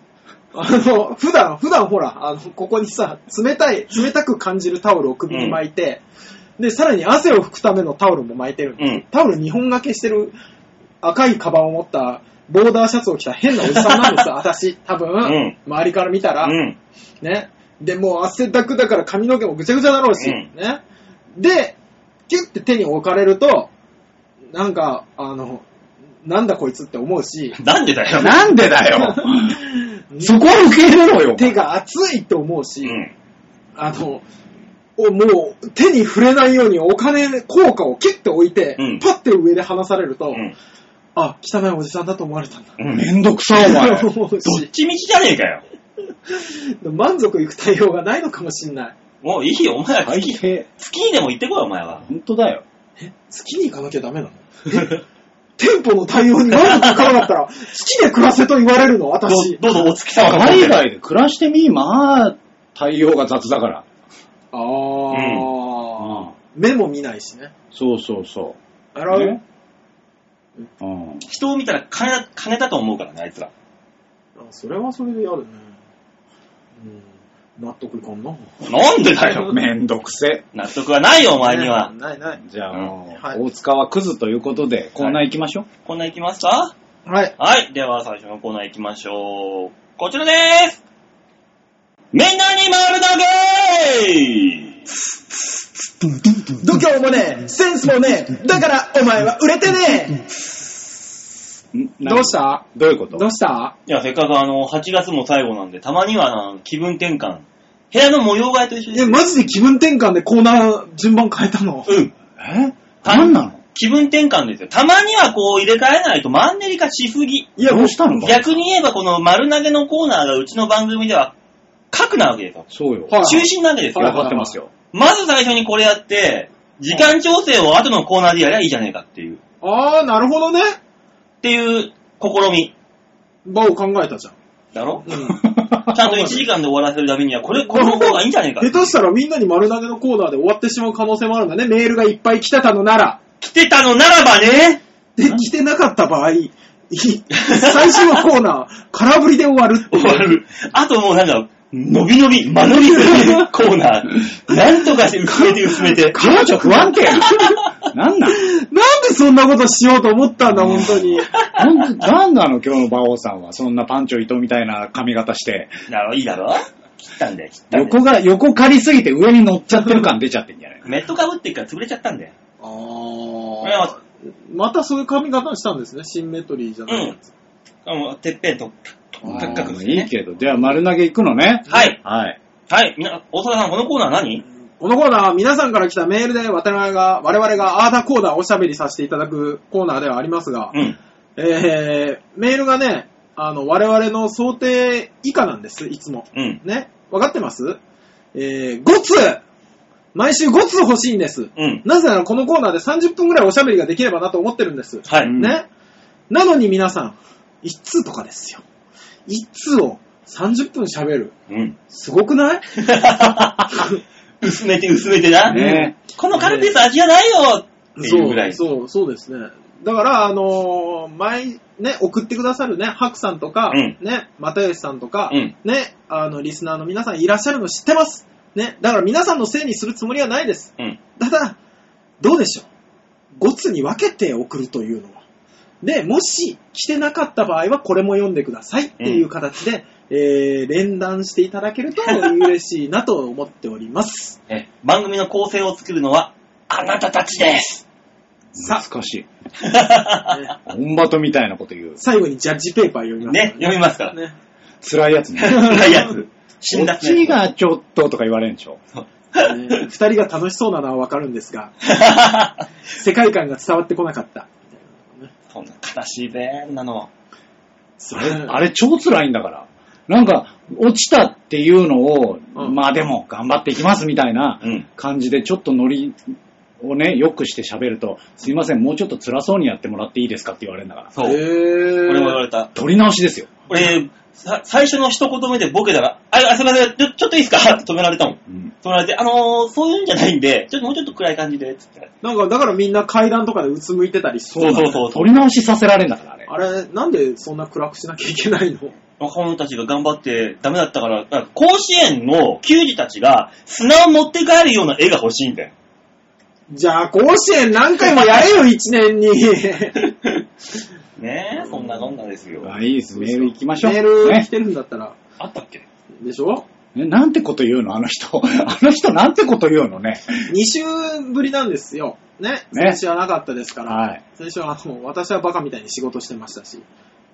あの、普段、普段ほら、あの、ここにさ、冷たい、冷たく感じるタオルを首に巻いて、で、さらに汗を拭くためのタオルも巻いてるんで
う
す、
ん。
タオル2本掛けしてる赤いカバンを持った、ボーダーシャツを着た変なおじさんな んですよ、私、多分、
うん
周りから見たら、
うん。
ね。で、もう汗だくだから髪の毛もぐちゃぐちゃだろう
う
し、
ん
ね。で、キュッて手に置かれると、なんか、あの、なんだこいつって思う し、
なんでだよ。
なんでだよ そこは受け入れろよ。
手が熱いって思うし、
うん。
あの、おもう手に触れないようにお金、効果をキュッて置いて、
うん
パッて上で離されると、
うん。
あ、汚いおじさんだと思われたんだ。
うん。
めんどくさ、お前。
思う
どっ
し、
ちみちじゃねえかよ。
満足いく対応がないのかもしんない。
もういいよ、お前は
大
月、
変。
月にでも行ってこい、お前は。
本当だよ。
月に行かなきゃダメなの店舗の対応に満足いかなかったら、好きで暮らせと言われるの、
ど
私。
どうぞお月様が来て
海外で暮らしてみ、まあ、対応が雑だから。
あー、
うん
目も見ないしね。
そうそうそ
洗う、
ねう。うん。
人を見たら金だ金だと思うからね、あいつら。
あそれはそれでやるね。うん、納得いかんな。
なんでだ よ。
めんどくせ。
納得はないよ、お前には。
ないない。
じゃあもう、
うんはい
大塚はクズということで、コーナー行きましょう。
コーナー行きますか
はい。
はい。では最初のコーナー行きましょう。こちらでーすみんなに丸投げ
度胸もねえ、センスもねえ、だからお前は売れてねえ。
ん
どうした
どういうこと
どうした
いや、せっかくあの、8月も最後なんで、たまにはあの気分転換。部屋の模様替えと一緒
い
に
や、マジで気分転換でコーナー順番変えたの。
うん。
えなんなの
気分転換ですよ。たまにはこう入れ替えないとマンネリ化しすぎ。
いや、
どうしたの
逆に言えばこの丸投げのコーナーがうちの番組では核なわけですよ。
そうよ。
はい
中心なわけです
はい
わ
よ。
かってますよ。
まず最初にこれやって、時間調整を後のコーナーでやりゃいいじゃねえかっていう。
あー、なるほどね。
っていう試み。
場を考えたじゃん。
だろ
うん
ちゃんと1時間で終わらせるためには、これ、この方がいいんじゃねえか。
下手したらみんなに丸投げのコーナーで終わってしまう可能性もあるんだね。メールがいっぱい来てたのなら。
来てたのならばね、
で、来てなかった場合、い最終のコーナー、空振りで終わるってい
終
う
わる。あともうなんか、伸び伸び、間延びするコーナー。なんとかして薄めて薄めて。
彼女不安定 なん
な
な
んでそんなことしようと思ったんだ、本 当に。
のなんなんなの今日の馬王さんは。そんなパンチョ伊藤みたいな髪型して。
なるいいだろ切ったんだよ、切ったんだ
横
よ。
が、横借りすぎて上に乗っちゃってる感出ちゃってんじゃない
メットかぶってっから潰れちゃったんだよ。い
あ
や
またそういう髪型にしたんですね。シンメトリーじゃないやつ。
あもうてっぺんと、カッカク
あーいいけど。じゃあ丸投げ行くのね。
はい。
はい。
はい、みんな、大沢さん、このコーナー何
このコーナーは皆さんから来たメールで渡辺が、我々がアーダコーナーをおしゃべりさせていただくコーナーではありますが、
うん。
えー、メールがね、あの、我々の想定以下なんです、いつも。
うん。
ね、わかってますえー、5通毎週5通欲しいんです。
うん。
なぜならこのコーナーで30分ぐらいおしゃべりができればなと思ってるんです。
はい。
うん
ね。なのに皆さん、1通とかですよ。1通を30分喋る。
うん。
すごくない
薄めて薄めてな。
ね
このカルピス味がないよっていうぐらい。
そう、そうですね。だから、あのー前、ね、送ってくださるね、ハクさんとか、
うん
ね、又吉さんとか、
うん
ね、あの、リスナーの皆さんいらっしゃるの知ってます。ね、だから皆さんのせいにするつもりはないです。
うん。
ただ、どうでしょう。5つに分けて送るというのは。で、もし来てなかった場合は、これも読んでくださいっていう形で、えー、連弾していただ けると嬉しいなと思っております。
え番組の構成を作るのは、あなたたちです。
さ
難しい。
ね
オンバトみたいなこと言う。
最後にジャッジペーパー読みます
ね、読みますから。
ね。
辛いやつね。
辛いやつ。死ん
こ
だ
っちがちょっととか言われるんでしょ。
ね二人が楽しそうなのはわかるんですが、世界観が伝わってこなかった。
そんな悲しいぜ、あんなの。
あれ、あれ超辛いんだから。なんか、落ちたっていうのを、
うん
まあでも、頑張っていきますみたいな
うん
感じで、ちょっとノリをね、良くして喋ると、すいません、もうちょっと辛そうにやってもらっていいですかって言われるんだから。
そう。
へ
俺
ー
も言われた。
取り直しですよ。
俺、さ最初の一言目でボケたら、あ、あすいません、ちょちょっといいですかって止められたもん。
うん
止められて、あのー、そういうんじゃないんで、ちょっともうちょっと暗い感じで、つって。
なんか、だからみんな階段とかでうつむいてたりし
そうそうそう
取り直しさせられるんだから、あれ。
あれ、なんでそんな暗くしなきゃいけないの
若者たちが頑張ってダメだったから、あ甲子園の球児たちが砂を持って帰るような絵が欲しいんだよ。
じゃあ、甲子園何回もやれよ、一年に。
ねえ、そんなこんなですよ。
あいいです。 メール行きましょう。
メール来
ね
てるんだったら、
あったっけ
でしょ
ねなんてこと言うのあの人。 あの人なんてこと言うのね。
?2 週ぶりなんですよ。ね。
ね
先週はなかったですから。
はい。
先週はあの、私はバカみたいに仕事してましたし、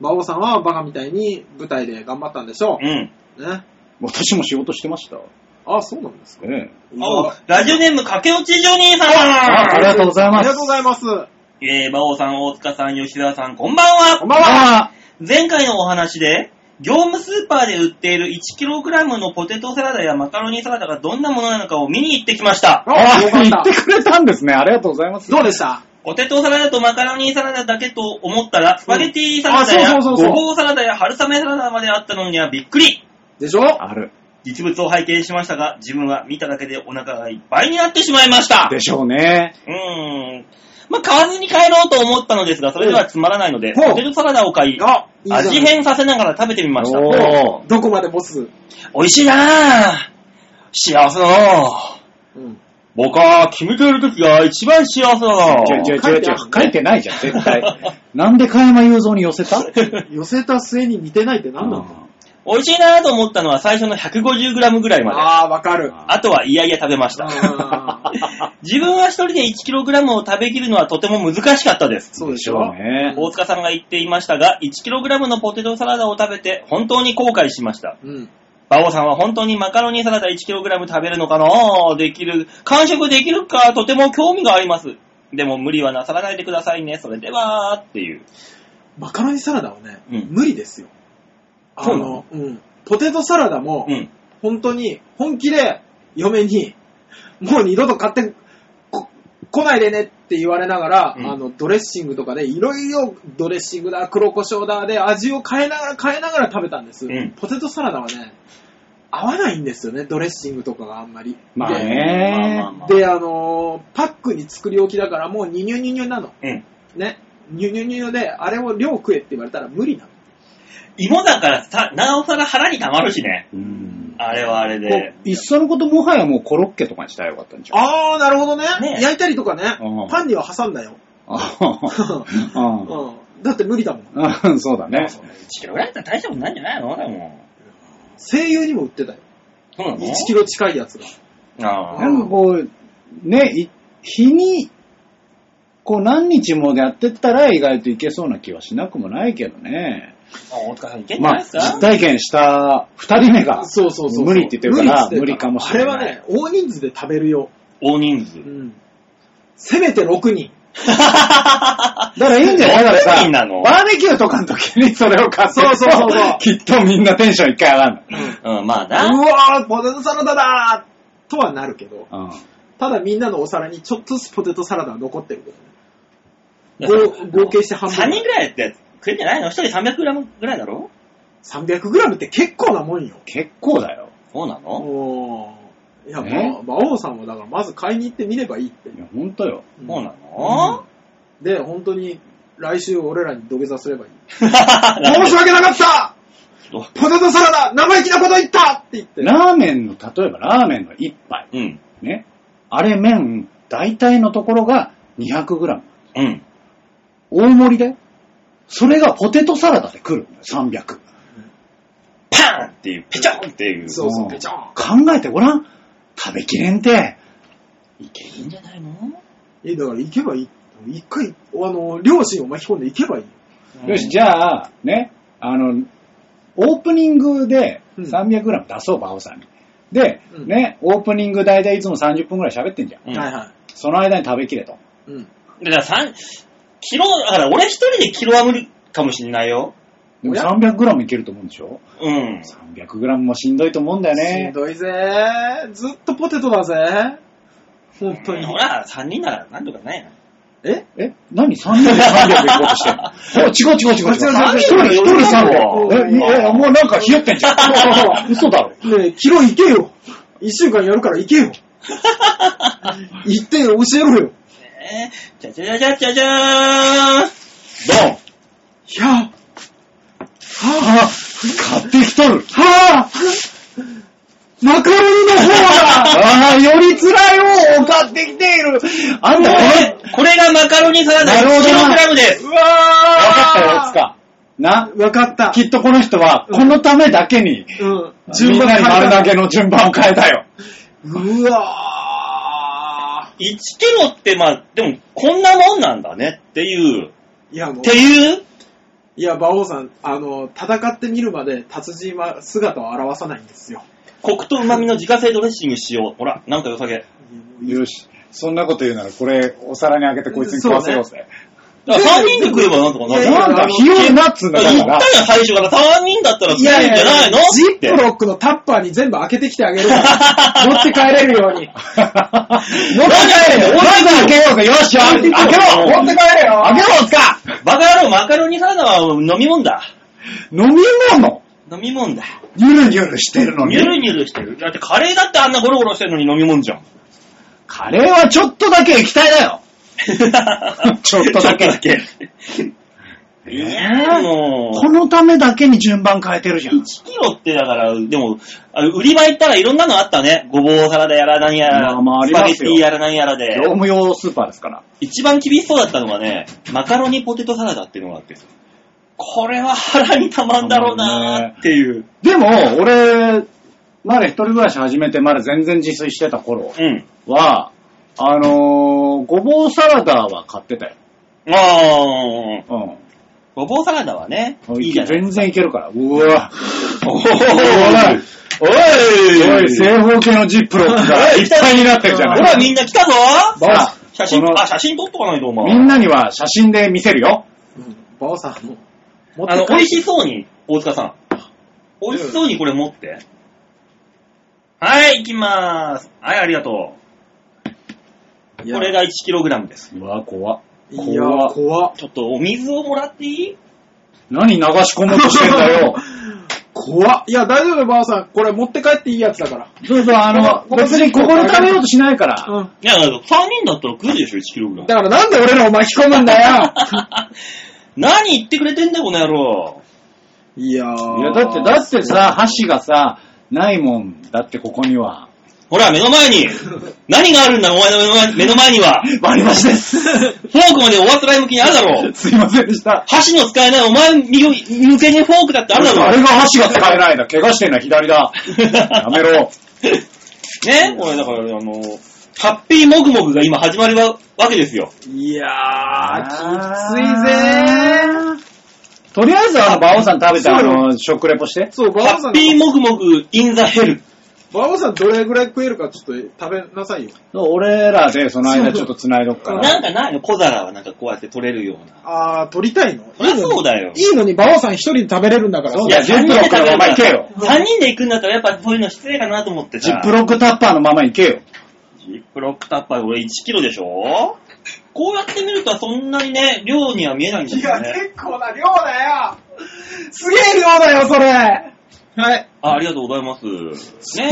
馬王さんはバカみたいに舞台で頑張ったんでしょ
うん。
う。ね。
私も仕事してました。
あ、そうなんですか。
ええ
おラジオネーム、駆け落ちジョニーさん
あありがとうござい
あ
ま
り
す。
がとうございます。
えー、馬王さん、大塚さん、吉沢さん、こんばんは
こんばんは。
ああ
前回のお話で、業務スーパーで売っている 1kg のポテトサラダやマカロニサラダがどんなものなのかを見に行ってきました。
あ、よかっ
言ってくれたんですね。ありがとうございます。
た。どうでした
ポテトサラダとマカロニサラダだけと思ったら、スパゲティサラ
あ
ダ
そう
や
そうそうそう
ごぼうサラダや春雨サラダまであったのにはびっくり。
でしょ
ある。
実物を拝見しましたが、自分は見ただけでお腹がいっぱいになってしまいました。
でしょうね。
うーん。まあ、買わずに帰ろうと思ったのですが、それではつまらないので、
ほう
ポテトサラダを買い、
あ、いいじゃん
味変させながら食べてみました。
おー
どこまでボス
美味しいなぁ。幸せだなぁ。
うん。
僕は君といる時が一番幸せだな
違う違う違
書
う違
いてある
う。書いてないじゃん、絶 対。なんで加山雄三に寄せた
寄せた末に似てないって何なの
美味しいなぁと思ったのは最初の 150g ぐらいまで。あ
ああ、わかる。
とは嫌々食べました。
あー
自分は一人で 1kg を食べきるのはとても難しかったです。
そうでし
う
ょ
ね。
大塚さんが言っていましたが、1kg のポテトサラダを食べて本当に後悔しました。
うん。
バオさんは本当にマカロニサラダ 1kg 食べるのかなできる。完食できるかとても興味があります。でも無理はなさらないでくださいね。それでは、っていう。
マカロニサラダはね、
うん
無理ですよ。あ
そうなの
の、うん。ポテトサラダも、
うん。
本当に、本気で、嫁に、もう二度と買ってこ、来ないでねって言われながら、
うん
あの、ドレッシングとかで、いろいろドレッシングだ、黒胡椒だ、で、味を変えながら変えながら食べたんです。
うん
ポテトサラダはね、合わないんですよね、ドレッシングとかがあんまり。
まあ
まあ
で
ね。
まあまあ
で、あのーパックに作り置きだから、もうニュニュニュニュなの。
うん。
ね。ニュニュニュで、あれを量食えって言われたら無理なの。
芋だからさ、なおさら腹に溜まるしね。
うん
あれはあれで。
いっそのこともはやもうコロッケとかにしたらよかったんじゃん。
あー、なるほどね。
ね
焼いたりとかね
うん。
パンには挟んだよ。
ああ
うんだって無理だもん。
うんそうだね。
1kg だったら大したことないんじゃないのでも。
声優にも売ってたよ。
そうなの
1キロ近いやつが。
あ
な
あ。
んかこう、ね、い日に、こう何日もやってったら意外といけそうな気はしなくもないけどね。
大塚さんいけんじゃ
ま
ない
あ、
ですか
実体験した二人目が、
そうそうそう。
無理って言ってるから
無理って言って
無理かもしれな
あ
い
れはね、大人数で食べるよ。
大人数
う。ん。せめて6人。
だからいいんじゃないだか
ど
ら
んな意
さ、
味なの
バーベキューとかの時にそれを買ってると
そうそうそうそう
きっとみんなテンション一回上がる
うん、まあ
う
な。
わー、ポテトサラダだーとはなるけど、
の。
ただみんなのお皿にちょっとずつポテトサラダは残ってるけ
いや
どね。合合計して半
3人
分。
ぐらいやって食えんじゃないの ?1 人 300g ぐらいだろ
300g って結構なもんよ。
結構だよ。
そうなの
おー。いや、
ね
まあ、馬王さんはだからまず買いに行ってみればいいって。
いや、ほんとよ。
うん
そうなの
で、本当に来週俺らに土下座すればいい。
申
申し訳なか った
どう
ポテトサラダ生意気なこと言ったって言って。
ラーメンの、例えばラーメンの一杯、
うん。
ね。あれ麺、大体のところが 200g。
うん。
大盛りで。それがポテトサラダで来るのよ。300。
パーンっていう、ペチョンっていう。
そうそ
うん
う、ペチョン。
考えてごらん。食べきれんて。
いけるんじゃないの
え、だから行けばいい。一回、あの、両親を巻き込んで行けばいい。
よし、じ
ゃ
ゃあ、ね、あの、オープニングで
うん
300g 出そう、バオさんに。で、
うん
ね、オープニング大体いつも30分くらい喋ってんじゃん。
うん
はいは
その間に食べきれと。
い。うん。
だから3、キロ、だから俺一人でキロは無理かもしんないよ。
でも
おや
300g いけると思うんでしょ
うん。
300g もしんどいと思うんだよ
しん
ね。
どいぜずっとポテトだぜ本当に。
ほら、3人だからなんとかないな。
え
え何 ?300、300行こうとしてんの違う違う違う違う。
違う違う
一人、一人
お
ー
300。え、えもうなんか冷えてんじゃん。嘘だろ。
ねえ、キロ行けよ一週間やるから行け よ行って教えろよ
えー、じゃじゃじゃじゃじゃじゃーん
いやは
あ、買ってきとる。
はぁマカロニの方だ
ああ、より辛い方を買ってきている。あんた、
ドンこれがマカロニサラダ
なるほどな
1kg です
う
わかったよ、つ
わ
か。な
ー。わかった。
きっとこの人は、このためだけに、
うん。
みんなに丸投
変え
げの順番を変えたよ。
た。うわ
1キロってまあ、でもこんなもんなんだねっていう、
ー。いや、もう
って。いう、
いや、馬王さん、あの、戦ってみるまで達人は姿を現さないんですよ。
コクと旨味の自家製ドレッシングしよう。ほら、なんか良さげ。
よし。そんなこと言うなら、これ、お皿にあげてこいつに食わせようぜ。
だから3人で来ればなんとかなる
いやいや
なんだ、ひよるなっつうんだ
だから言
か
っ
ら。
たやん、最初から。3人だったら来るんじゃないの
ジ
っ
ップ
て。
ロックのタッパーに全部開けてきてあげるから。持って帰れるように。
持って帰れよ まず開けようかよっしゃ開けろ
持って帰れよ
開けろつか
バカ野郎、マカロニサラダは飲み物だ。
飲み物
飲み物だ。
ニュルニュルしてるの
ニ
に
ュ。ルニュルしてる。だってカレーだってあんなゴロゴロしてるのに飲み物じゃん。
カレーはちょっとだけ液体だよ。
ち
ちょっとだけ
ょっといやー もう
こ、のためだけに順番変えてるじゃん。
1キロってだから、でも、あ売り場行ったらいろんなのあったね。ごぼうサラダやら何やら、
まあまああ
ス
り
パ
ま
ゲッ
す
テ
よ
ィやら何やらで、
業務用スーパーですから。
一番厳しそうだったのがね、マカロニポテトサラダっていうのがあって、これは腹にたまんだろうなーっていう。
でも、俺、まだ一人暮らし始めて、まだ全然自炊してた頃
うん。
は、あのー、ごぼうサラダは買ってたよ。
あー、
うん。
ごぼうサラダはね、いいじゃない。
全然いけるから。うわ
おーお
お
い
い、正方形のジップロック がいっぱいになってるじゃ
ほ
な
ら、
い。
みんな来たぞ
さあ
写真
こ、の
あ、写真撮っとかないと、お前。
みんなには写真で見せるよ。
バオさんも。持
あ
っ
の、
て
美
帰
味しそうに、大塚さん。美味しそうにこれ持って。はい、行きまーす。はい、ありがと。
いうや
これが 1kg です。
うわ、怖っ
いや、
怖っ
怖っ
ちょっとお水をもらっていい
何流し込もうとしてんだよ。
怖っいや、大丈夫、バオさん。これ持って帰っていいやつだから。
そうそう、あの、 別にここで食べようとしない から。
うん。
いや、3人だったら食うでしょ、1kg
だ。からなんで俺らを巻き込むんだ よ
何言ってくれてんだよ、この野郎。
いやー
いや、だって、だってさ、箸がさ、ないもん。だってここには。
ほら、目の前 に。何があるんだ、お前の目の前目の前には。
割り箸です。
フォークまでおあつらい向きにあるだろう。
すいませんでした。
箸の使えないお前向けにフォークだってあるだろう
あ。れが箸が使えないだ。怪我してんな、左だ。やめ
ね、
ろ。
これだから、あの、ハッピーモグモグが今始まるわわけですよ。
いやー、きついぜー。
きついぜー。とりあえず、あの、馬王さん食べて、あの、食レポして。
そう、バ
ハ
オさ
ッ
ん、
ピーモグモグインザヘル。
バオさんどれぐらい食えるかちょっと食べなさいよ。
俺らで、その間ちょっと繋いどっか
な
ら
ん。かないの小皿はなんかこうやって取れるような。
あー、取りたいの
そりゃそうだよ。
いいのに、馬王さん一人で食べれるんだから。
そう
い
だ
や、
よジップロックのまま行けよ
3人で行くんだったらやっぱそういうの失礼かなと思ってさ。
ジップロックタッパーのまま行けよ。
ジップロックタッパーで俺1キロでしょこうやって見るとそんなにね、量には見えないん
い
だ
や、
よね。
結構な量だよすげえ量だよ、それはい。
あ、ありがとうございます。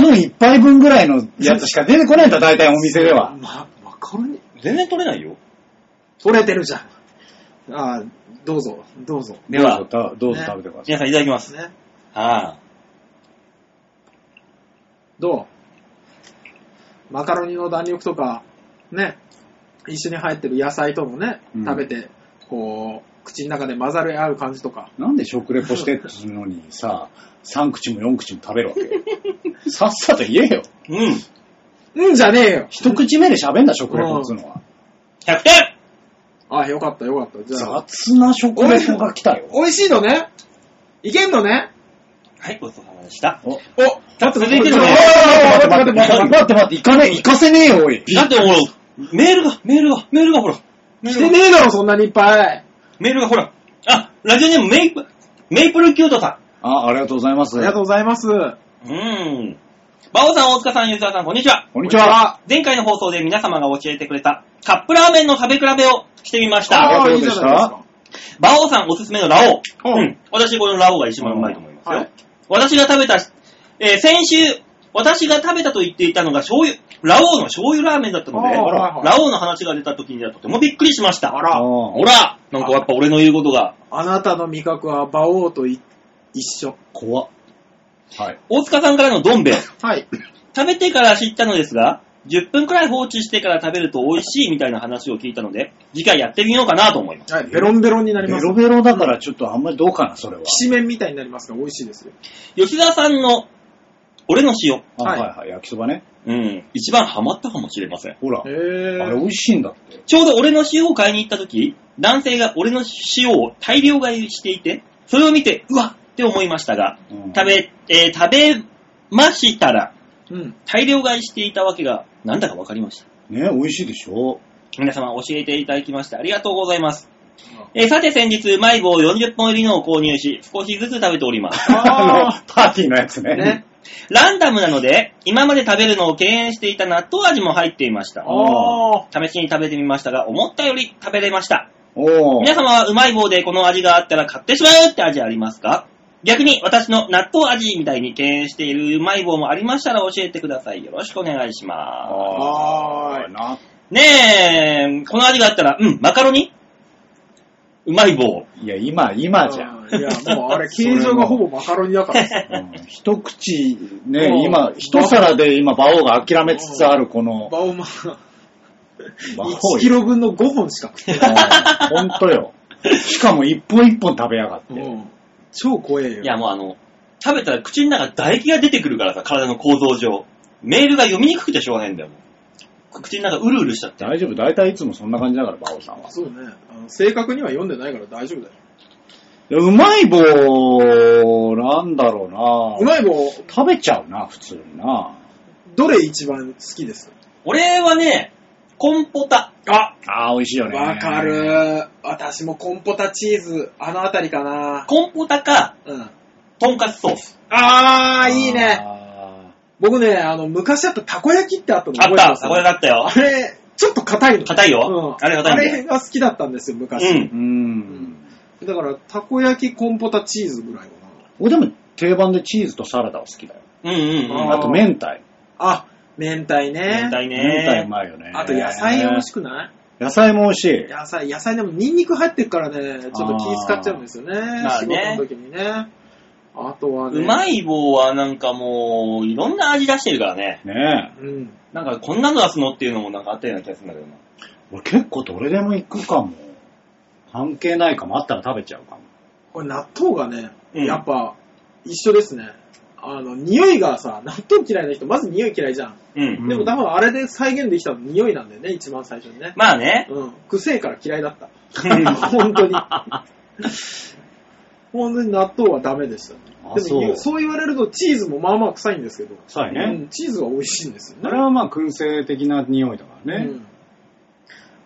の
ね、
一杯分ぐらいのやつしか出てこないんだ、大体お店では。
ま、マカロニ
全然取れないよ。
取れてるじゃん。あー、どうぞ、どうぞ。
では、
どうぞどうぞ食べてください。
皆さんいただきます。
ね。
あ
どうマカロニの弾力とか、ね、一緒に入ってる野菜ともね、
うん
食べて、こう、口の中で混ざり合う感じとか。
なんで食レポしてっつうのにさ、3口も4口も食べるわけよ。さっさと言えよ。
あ。うん。100
うんじゃねえよ
一口目で喋んだ、食レポっつうのは。
点
あ、よかったよかった。じゃあ、
雑な食レポが来たよ。
美味しいのねいけんのね
はい、ごちそうさまでした。
お
お
ちょっと続いてる
おいおいお
ね。
い待って待って待って待って待って、行かねえ、行かせねえよ、おい。
だってほら、メールが、メールが、メールがほら、メー
し
ル
て
が、
ねえだろ、そんなにいっぱい
メールがほら、あ、ラジオネームメイプ、メイプルキュートさ
あ、ありがとうございます。
ありがとうございます。
ん。うーん。バオさん、大塚さん、吉沢さん、こんにちは。
こんにちは。
前回の放送で皆様が教えてくれたカップラーメンの食べ比べをしてみました。
ありがとう
いい
ございま
じゃ
し
な
た
いですか。
バオさんおすすめのラオウ。
うん
うん。私、このラオウが一番うまいと思いますよ。
はい
私が食べた、えー先週、私が食べたと言っていたのが醤油、ラオウの醤油ラーメンだったので、
あーはいはい
ラオウの話が出た時にはとてもびっくりしました。
あ
あ
ら、
ほらなんかやっぱ俺の言うことが。
あなたの味覚は馬王とい一緒。
怖っはい。
大塚さんからのどん兵衛。
はい。
食べてから知ったのですが、10分くらい放置してから食べると美味しいみたいな話を聞いたので、次回やってみようかなと思います。
はい、ベロンベロンになり
ベ
ます
ロ。ベロだからちょっとあんまりどうかな、それは。
きしめんみたいになりますが、美味しいですよ。
吉沢さんの、俺の塩。
あ
は
はいいはい、焼きそばね。
うん。一番ハマったかもしれません。
ほら、
へ
あ
ぇ
れ美味しいんだって。
ちょうど俺の塩を買いに行った時、男性が俺の塩を大量買いしていて、それを見て、うわっって思いましたが、
うん
食べ、えー食べましたら、
うん。
大量買いしていたわけが、なんだかわかりました。
ね、美味しいでしょ
皆様教えていただきましてありがとうございます。えーさて先日、迷子を40本入りのを購入し、少しずつ食べております。
あ
あ
の、パーティーのやつね。
ーね。
ランダムなので、今まで食べるのを敬遠していた納豆味も入っていました。
ああ。
試しに食べてみましたが、思ったより食べれました。
おー
皆様はうまい棒でこの味があったら買ってしまうって味ありますか逆に私の納豆味みたいに敬遠しているうまい棒もありましたら教えてください。よろしくお願いしま
あーな
す。ねえ、この味があったら、うん、マカロニうまい棒。
いや、今、今じゃん。
ん。いや、もうあれ、形状がほぼマカロニだから。
うん一口、
うん
ね、今、一皿で今、馬王が諦めつつあるこの、
バオマ、
馬王よ
1キロ分の5本しか食ってない。
うんほんとよ。しかも、一本一本食べやがって。
うん超怖えよ。
いや、もうあの、食べたら口の中唾液が出てくるからさ、体の構造上。メールが読みにくくてしょうがないんだよ、もう口の中うるうるしちゃって。
大丈夫、大体いつもそんな感じだから、馬王さんは。
そうね。あの正確には読んでないから大丈夫だよ。
うまい棒、なんだろ
う
うな
まい棒、
食べちゃうな、普通にな。
どれ一番好きです
俺はね、コンポタ。あ
あー、美味しいよね。
わか。る。私もコンポタチーズ、あのあたりかな。
コンポタか、
うん。
とんかつソース。
あ
あ
ー、いいね。
ー。
僕ね、あの、昔あったたこ焼きってあったの
あっ
覚えて
た、
ます
そこでだったよ
あ。れ、ちょっと硬いの。
硬いよ
うん
あれ硬いんだよ
あれが好きだったんですよ、
う
昔。
ん
う。ん。
だから、たこ焼き、コンポタチーズぐらいかな。
俺でも定番でチーズとサラダは好きだよ。
うんうんうん。
ー
あと明太。
あ、明太ね。
明太
明太う
ね。
まいよね。
あと野菜美味しくない
野菜も美味しい。
野菜、野菜でもニンニク入ってるからね、ちょっと気使っちゃうんですよね。
あ
仕事の時にね。あとはね。
うまい棒はなんかもう、いろんな味出してるからね。
ね
うん。
なんかこんなの出すのっていうのもなんかあったような気がするんだけどな。
え。俺結構どれでも行くかも。関係ないかも。あったら食べちゃうかも。
これ納豆がね、
うん
やっぱ一緒ですね。あの、匂いがさ、納豆嫌いな人、まず匂い嫌いじゃん。
うん。
で
う
も
ん
多分あれで再現できたの匂いなんだよね、一番最初にね。
まあね。
うん。癖から嫌いだった。 本当に。本当に納豆はダメでしたね。
あ
でも
そう
そう言われるとチーズもまあまあ臭いんですけど。
臭いね
うんチーズは美味しいんですよね。
あれはまあ燻製的な匂いだからね。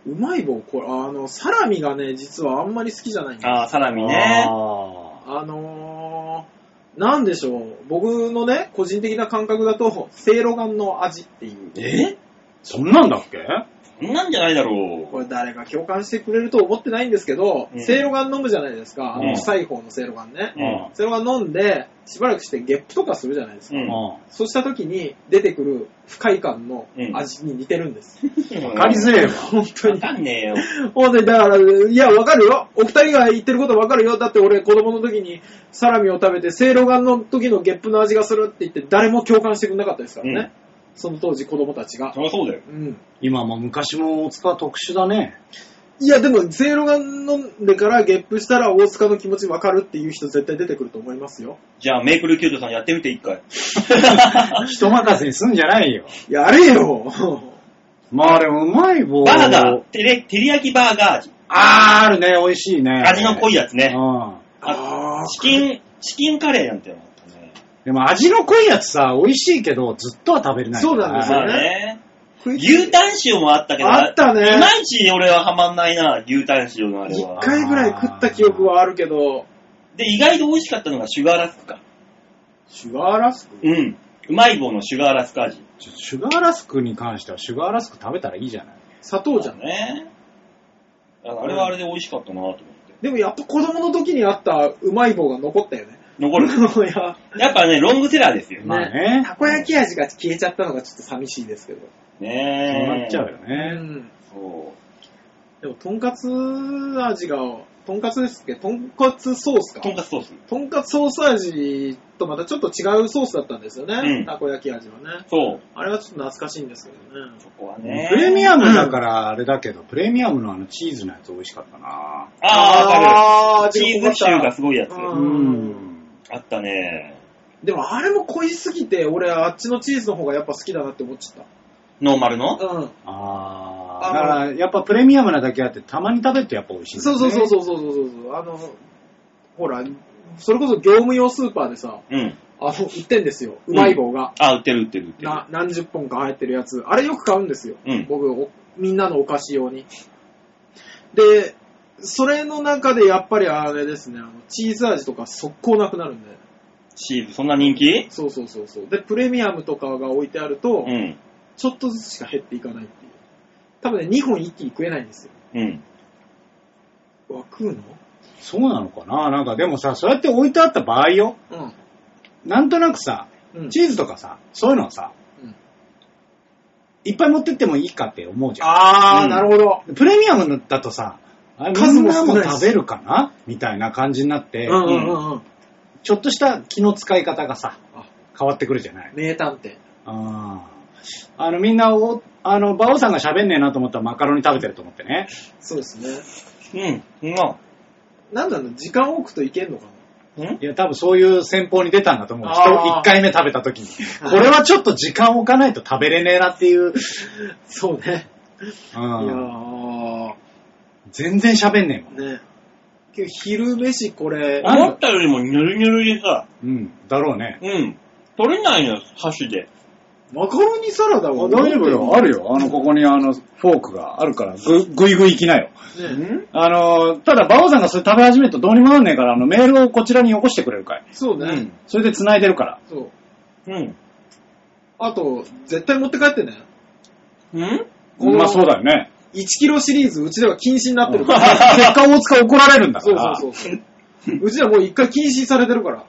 うん、うまい棒、これ、あの、サラミがね、実はあんまり好きじゃないんです
ああ、サラミね。
あ
あのー、なんでしょう、僕のね、個人的な感覚だと、せいろがんの味っていう。
え
ーそんなんだっけ
そんなんじゃないだろ
こ
う。
れ誰か共感してくれると思ってないんですけど
う、ん
せいろがん飲むじゃないですか。あ
うん
の臭い方のせいろがんね
う。ん
せいろがん飲んで、しばらくしてゲップとかするじゃないですか。
うん
あ
そうした時に出てくる不快感の味に似てるんです。
わかりづれえわ。
本当
わ
に。
かんねえよ。
本当に、だから、いや、わかるよ。お二人が言ってることわかるよ。だって俺、子供の時にサラミを食べて、せいろがんの時のゲップの味がするって言って、誰も共感してくれなかったですからね。その当時、子供たちが。
そりゃそうだよ。
うん。
今も昔も大塚は特殊 だね。
いや、でも、せいろがん飲んでからゲップしたら、大塚の気持ちわかるっていう人絶対出てくると思いますよ。
じゃあ、メイプルキュートさんやってみて一 回。
人任せにすんじゃないよ。
やれよ
まああれうまい棒。
バーガー、テレ、照り焼きバーガー味。
あーあるね、美味しいね。
味の濃いやつね。
うん。
あー
チキン、チキンカレーなんてのもあったね。
でも味の濃いやつさ、美味しいけど、ずっとは食べれない
そ
から。
うなんです
ま
よ
あ
ね
ね。
食いつ
牛タン塩もあったけど、
あったね
いまいち俺はハマんないな、牛タン塩のあれ
一
は。
回ぐらい食った記憶はあるけど、
で、意外と美味しかったのがシュガーラスクか。
シュガーラスク
うん。うまい棒のシュガーラスク味。
ちょシュガーラスクに関しては、シュガーラスク食べたらいいじゃない。
砂糖じゃん。
ね。あれはあれで美味しかったなと思って。
でもやっぱ子供の時にあったうまい棒が残ったよね。
残る。
いや
やっぱね、ロングセラーですよ。
まあね。
たこ焼き味が消えちゃったのがちょっと寂しいですけど。
そう
ねえ。
なっちゃうよ
う
ね。
ん。
そ
でも、とんかつ味が、とんかつですっけとんかつソース
う。
か。
とんかつソース。
とんかつソース味とまたちょっと違うソースだったんですよね。
うん
たこ焼き味はね。
そう。
あれはちょっと懐かしいんですけどね。
そこはね。
プレミアムだからあれだけど、プレミアムのあのチーズのやつ美味しかったな。
ああ、わか
あー
る。チーズシューがすごいやつ。
うん
うん。
あったね。
でもあれも濃いすぎて、俺あっちのチーズの方がやっぱ好きだなって思っちゃっ
ノーマルの
た。うん。
あ
あ
あ。
の
だから、やっぱプレミアムなだけあって、たまに食べるとやっぱ美味しい、
そうそうそう。そうそうそうそう。あの、ほら、それこそ業務用スーパーでさ、
うん。
あの、売ってんですよ。うまい棒が。
あ、売ってる売ってる売ってる。
な、何十本か入ってるやつ。あれよく買うんですよ。
うん
僕おみんなのお菓子用に。で、それの中でやっぱりあれですね、あのチーズ味とか速攻なくなるんで。
チーズ、そんな人気
そうそうそうそう。で、プレミアムとかが置いてあると、
うん。
ちょっとずつしか減っていかないっていう。多分ね、2本一気に食えないんですよ。
うん。
うわ、食うの
そうなのかななんかでもさ、そうやって置いてあった場合よ。
うん。
なんとなくさ、
うん。
チーズとかさ、そういうのはさ、
うん
いっぱい持ってってもいいかって思うじゃ
あー、
うん
なるほど。
ん。プレミアムだとさ、あれみ
数
ん
も
な
少ない
も
です
食べるかなみたいな感じになって、
うんうんうんうん。
ちょっとした気の使い方がさ
あ、
変わってくるじゃない。
名探偵。
あーあの、みんなお、あの、馬王さんが喋んねえなと思ったらマカロニ食べてると思ってね。
そうですね。
うん。うん。
なんだろう、時間を置くといけんのか
うん
いや、多分そういう戦法に出たんだと思う。人
あー
1回目食べた時に。これはちょっと時間置かないと食べれねえなっていう。
なそうね。いや
うん、
ー、
全然喋んねえもん。
ね。今日昼飯これ、
あ
思ったよりもニュルニュルでさ、
うん、だろうね。
うん。取れないのよ、箸で。
マカロニサラダは
るよ。あの、ここにあの、フォークがあるから、ぐ、ぐいぐい行きなよ。
う
ね
ん
あの、ただ、馬王さんがそれ食べ始めるとどうにもなんねえから、あの、メールをこちらによこしてくれるかい。
そう
う
ね、
ん。
それで繋いでるから。
そう。
うん。
あと、絶対持って帰ってね。
うん
うん
まあ、そうだよね。
1キロシリーズ、うちでは禁止になってるか
結
ら。
果大塚怒られるんだか
そう
ら。
そうそうそう。うちはもう一回禁止されてるから。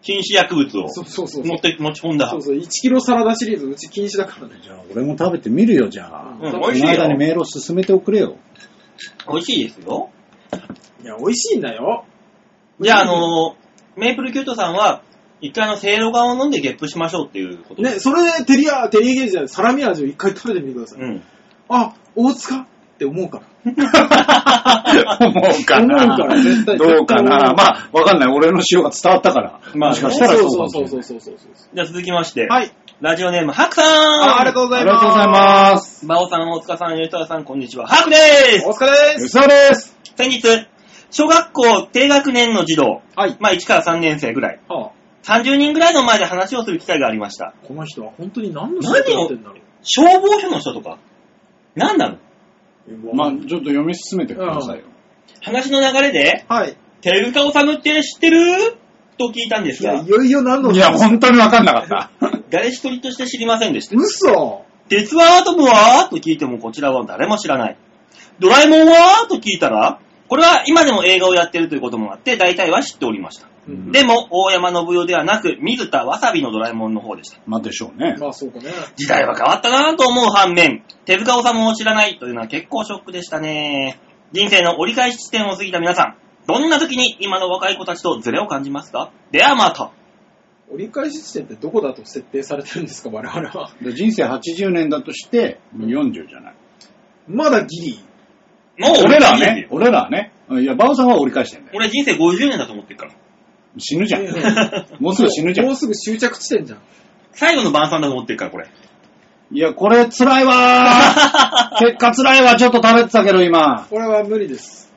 禁止薬物を
そうそうそう。
持って、持ち込んだ
そう。そう、1キロサラダシリーズ、うち禁止だからね。
じゃあ、俺も食べてみるよ、じゃあ。
うん
うん、
こ
美
の
味しいよ
間。にメールを進めておくれよ。
美味しいですよ。
いや、美味しいんだよ。
じゃあ、あのーメープルキュートさんは、一回あの、せいろがんを飲んでゲップしましょうっていうことで。
ね、それで、テリア、テリーゲージじゃないサラミ味を一回食べてみてください。
うん。
あ、大塚って思うから。
思うかな
思うから絶対
どう
絶
か
対思
な
う
まあ、わかんない。俺の塩が伝わったから。
まあ
もしかしたらそうかもしれ
そ
な
う
い
そうそうそうそうそう。
じゃあ続きまして、
はい。
ラジオネーム、ハクさん
あありがとうございます。
ありがとうございます。
馬尾さん、大塚さん、吉田さん、こんにちは。ハクで
お疲れです。
嘘です。
す先日、小学校低学年の児童、
はい。
まあ1から3年生ぐらい、
はあ、
30人ぐらいの前で話をする機会がありました。
この人は本当に何の仕事やってんだろう。
消防署の人とか何なの
まあ、ちょっと読み進めてくださいよ。
話の流れで、
はい。
手塚治虫って知ってると聞いたんです
いや、
が
い、よいよ何の
いや、本当にわかんなかった。
誰一人として知りませんでした。
嘘
鉄腕アトムはと聞いてもこちらは誰も知らない。ドラえもんはと聞いたら、これは今でも映画をやってるということもあって、大体は知っておりました。
うん
でも、大山信代ではなく、水田わさびのドラえもんの方でした。
まあでしょうね。
まあそうかね。
時代は変わったなぁと思う反面、手塚治虫を知らないというのは結構ショックでしたね。人生の折り返し地点を過ぎた皆さん、どんな時に今の若い子たちとズレを感じますかではまた。
折り返し地点ってどこだと設定されてるんですか、我々は。
で人生80年だとして、40じゃない。
まだギリ。
もう
俺らはね、。俺らはね。いや、バオさんは折り返してんだよ。
俺人生50年だと思ってるから。
死ぬじゃん。
う
もうすぐ死ぬじゃん
もう。すぐ終着地点じゃん。
最後の晩餐だと思ってるから、これ。
いや、これ辛いわ ー。結果辛いわ。ちょっと食べてたけど、今。
これは無理です。